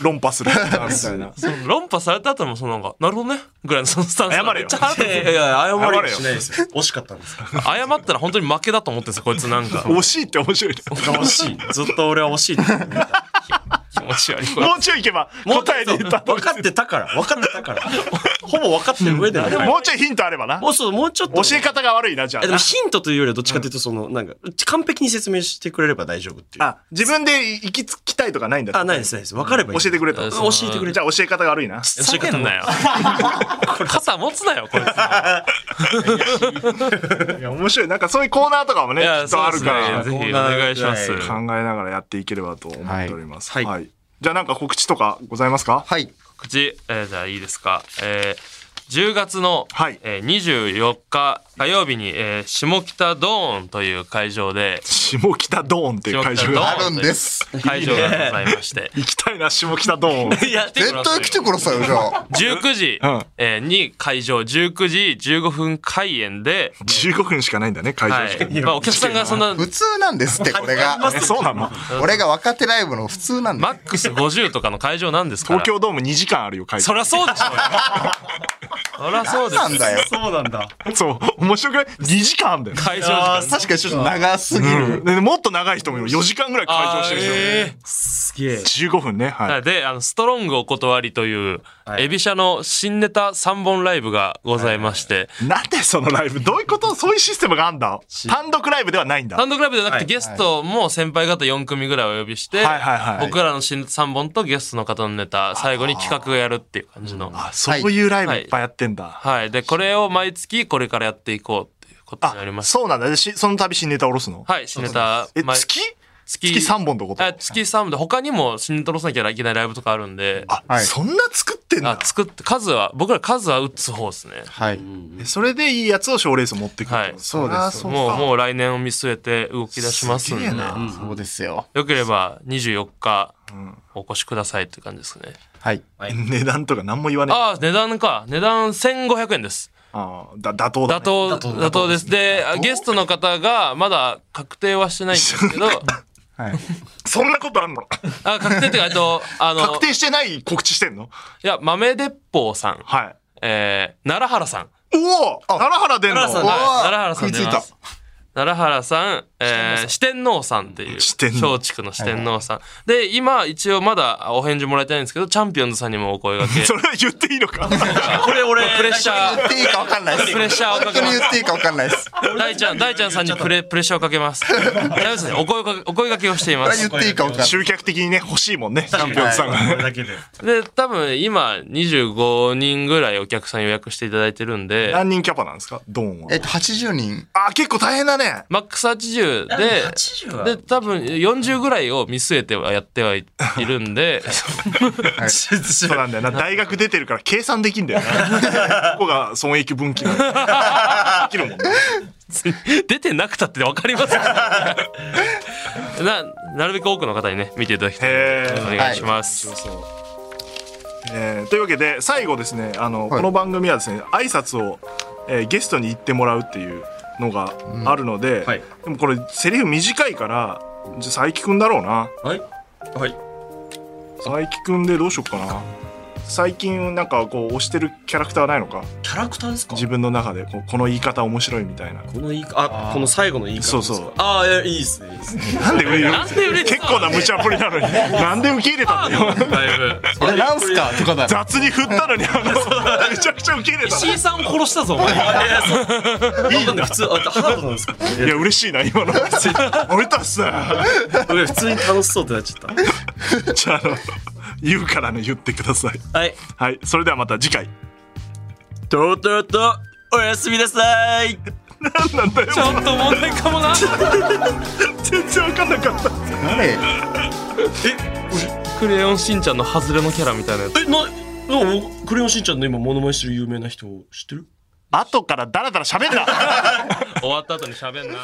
Speaker 1: 論破するみたいな。
Speaker 4: その論破された後も、そのなんか、なるほどねぐらいのそのスタンスが
Speaker 1: 謝れ
Speaker 4: め
Speaker 1: よ
Speaker 4: っちゃ腹立つ
Speaker 5: いやいや、
Speaker 1: れ
Speaker 5: 謝れ
Speaker 1: はし
Speaker 5: し
Speaker 1: な
Speaker 5: ない
Speaker 1: で
Speaker 5: いですよ。惜しかったんですか
Speaker 4: 謝ったら本当に負けだと思ってんですよ、こいつなんか。
Speaker 1: 惜しいって面白いな。
Speaker 5: 惜しい。ずっと俺は惜しいって言ってた。
Speaker 4: 気持ち悪い。
Speaker 1: もうちょいいけば答えに言ったと思
Speaker 5: 分かってたから。分かって たから。ほぼ分かってる上での。
Speaker 1: うもうちょいヒントあればな。
Speaker 5: もうそう、もうちょっと。
Speaker 1: 教え方が悪いな、じゃ
Speaker 5: えでも
Speaker 1: あ。
Speaker 5: ヒントというよりはどっちかというと、その、なんか、完璧に説明してくれれば大丈夫っていう。
Speaker 1: あ、自分で行き着きたいとかないんだ。
Speaker 5: あ、ないです、ないです。分かればいい。
Speaker 1: 教えてくれと。
Speaker 4: うん
Speaker 5: 教えてくれ
Speaker 1: じゃあ教え方が悪いな。
Speaker 4: ふざけんなよ。肩持つなよ、こいつ。
Speaker 1: いや、面白い。なんかそういうコーナーとかもね、
Speaker 4: い
Speaker 1: き
Speaker 4: や、
Speaker 1: っと
Speaker 4: そ
Speaker 1: あ
Speaker 4: う
Speaker 1: る
Speaker 4: です
Speaker 1: か
Speaker 4: ね。
Speaker 1: ら。
Speaker 4: ぜひお願いします。
Speaker 1: 考えながらやっていければと思っております。は。
Speaker 3: はいい
Speaker 1: じゃあなんか告知とかございますか
Speaker 3: はい。
Speaker 4: 口、えーじゃあいいですか。えー10月の、
Speaker 1: はい
Speaker 4: えー24日火曜日に、えー下北ドーンという会場で、
Speaker 1: 下北ドーンっていう会場
Speaker 4: 下
Speaker 1: が
Speaker 3: あるんです。
Speaker 4: 会場がございまして。
Speaker 1: 行きたいな、下北ドーン。
Speaker 4: いや、
Speaker 3: 絶対来てくださいよ、じゃあ。
Speaker 4: 19時、
Speaker 1: うん
Speaker 4: えーに会場、19時15分開演で、
Speaker 1: 15分しかないんだね、会
Speaker 4: は
Speaker 1: 場しか。
Speaker 4: い。まあ、お客さんがそんな、
Speaker 3: 普通なんですって、これが
Speaker 1: え。そうなの
Speaker 3: 俺が若手ライブの普通なんで
Speaker 4: マックス50とかの会場なんですから。
Speaker 1: 東京ドーム2時間あるよ、会
Speaker 4: そ
Speaker 1: 場。
Speaker 4: りゃそうで しょうよ。そりゃそう
Speaker 3: す。
Speaker 4: です
Speaker 3: なんだよ。
Speaker 5: そうなんだ。
Speaker 1: そう、面白くない ?2 時間あるんだよ。
Speaker 4: 会場時間。
Speaker 3: 確かにちょっと長すぎる。
Speaker 1: でもっと長い人もいる4時間ぐらい会場してる人もいる
Speaker 4: え
Speaker 5: すげえ。
Speaker 1: 15分ね、はい。
Speaker 4: ーで、あの、ストロングお断りという、エビシャの新ネタ3本ライブがございまして、
Speaker 1: なんでそのライブ、どういうことそういうシステムがあんだ単独ライブではないんだ。
Speaker 4: 単独ライブではなくて
Speaker 5: はい
Speaker 4: ゲストも先輩方4組ぐらいお呼びして
Speaker 1: はいはいは、い
Speaker 4: 僕らの新ネタ3本とゲストの方のネタ、最後に企画をやるっていう感じの。
Speaker 1: あ、そういうライブいっぱいやってんだ。
Speaker 4: はい。で、これを毎月これからやっていこうっていうことになりま
Speaker 1: あ、
Speaker 4: した。
Speaker 1: そうなんだ。でしその度新ネタ下ろすの
Speaker 4: はい、新ネタ。
Speaker 1: え、
Speaker 4: 毎
Speaker 1: 月
Speaker 4: 月
Speaker 1: 月3本ってこと
Speaker 4: あ月3で、他にも新ネタ下ろさなきゃいけないライブとかあるんで、
Speaker 1: あ、
Speaker 3: はい
Speaker 1: そんな作ってん
Speaker 4: あ
Speaker 1: だ、。
Speaker 4: 作って、数は、僕ら数は打つ方ですね。
Speaker 3: はい。
Speaker 1: それでいいやつを賞レース持ってくる。
Speaker 4: はい
Speaker 3: そうです
Speaker 1: あーそうか
Speaker 4: もう、もう来年を見据えて動き出しますん
Speaker 1: す
Speaker 4: で
Speaker 1: げえ、な
Speaker 3: そうですよ。
Speaker 4: よければ24日お越しくださいっていう感じですね。
Speaker 3: はい。
Speaker 1: 値段とか何も言わない。
Speaker 4: ああ、値段か。値段1500円です。
Speaker 1: あーだ、妥当だ、
Speaker 4: 妥
Speaker 1: ね。
Speaker 4: 当、妥当です。で、ゲストの方がまだ確定はしてないんですけど、
Speaker 3: はい。
Speaker 1: そんなことあんの
Speaker 4: あ確定っていうか、えっと、あの
Speaker 1: 確、定してない告知してんの
Speaker 4: いや、豆鉄砲さん。
Speaker 1: はい。
Speaker 4: えー、奈良原さん。
Speaker 1: おお奈良原出ん
Speaker 4: 奈良
Speaker 1: の
Speaker 3: おー
Speaker 4: さん、はい、奈良原さん出ま
Speaker 3: 食いつい
Speaker 4: す。奈良原さん、えー、四天王さんっていう、
Speaker 1: 四天王
Speaker 4: 松竹の四天王さん。で、今、一応まだお返事もらえてないんですけど、チャンピオンズさんにもお声掛 け。
Speaker 1: それは言っていいのか
Speaker 5: これ俺、
Speaker 4: プレッシャ
Speaker 3: 言っ
Speaker 4: ー、
Speaker 3: ていいか分かんないです。
Speaker 4: プレッシャーをか
Speaker 3: 本当
Speaker 4: けま
Speaker 3: に
Speaker 4: す
Speaker 3: 言。っていいか分かんないです。
Speaker 4: 大ちゃん、大ちゃんさんにプレプレッシャーをかけます。大丈夫ですね。お声かけ、お声掛けをしていま
Speaker 3: これ
Speaker 4: す
Speaker 3: 言。っていいか分かんない。
Speaker 1: 集客的にね、欲しいもんね、チャンピオンズさんが
Speaker 5: これ
Speaker 1: ね。
Speaker 5: だけで。
Speaker 4: で、多分今25人ぐらいお客さん予約していただいてるんで、
Speaker 1: 何人キャパなんですかドーンは
Speaker 3: え。っと、80人。
Speaker 1: あ、結構大変だね。
Speaker 4: マックス80で、
Speaker 5: 80は
Speaker 4: で、多分40ぐらいを見据えてはやってはいいるんで、
Speaker 1: そうなんだよな。大学出てるから計算できん だよな。ここが損益分岐なんだよできるもんね。
Speaker 4: 出てなくたってわかります な、なるべく多くの方にね、見ていただきたい。
Speaker 1: へ
Speaker 4: お
Speaker 1: ー
Speaker 4: 願いします。
Speaker 1: えーというわけで最後ですねあの、
Speaker 3: はい
Speaker 1: この番組はですね挨拶を、えーゲストに言ってもらうっていうのがあるので、
Speaker 5: はい
Speaker 1: でもこれセリフ短いからじゃあ佐伯くんだろうな
Speaker 5: はい。はい。
Speaker 1: 佐伯くんでどうしよっかな最近なんかこう推してるキャラクターないのか
Speaker 5: キャラクターですか
Speaker 1: 自分の中でこうこの言い方面白いみたいな
Speaker 5: この言いか、あ、この最後の言い方ですか。
Speaker 1: そうそう
Speaker 5: ああ、いやいいですね、いいですね。
Speaker 1: なんで売れる
Speaker 4: なんで売れて
Speaker 1: 結
Speaker 4: た
Speaker 1: 構な無茶ぶりなのになんで受け入れたんだよ
Speaker 4: だいぶ。
Speaker 3: これなんすかとかだろ。
Speaker 1: 雑に振ったのにあのめちゃくちゃ受け入れたの
Speaker 4: 石井さんを殺したぞ、お前。
Speaker 5: あいやいやそう。いい普通、あハードなんですか
Speaker 1: いや嬉しいな今 の俺たちさ
Speaker 5: 俺普通に楽しそうってなっちゃっ
Speaker 1: じゃああの言うからね言ってください
Speaker 5: た。はい。
Speaker 1: はいそれではまた次回
Speaker 5: とうとうと、おやすみなさい。
Speaker 4: ちょっと問題かもな。
Speaker 1: 全然分かんなかった
Speaker 3: 誰
Speaker 4: クレヨンしんちゃんの外れのキャラみたいなやつ。
Speaker 5: え、な、な、クレヨンしんちゃんの今モノマネしてる有名な人知ってる
Speaker 1: 後からダラダラ喋るな
Speaker 4: 終わった後に喋んな。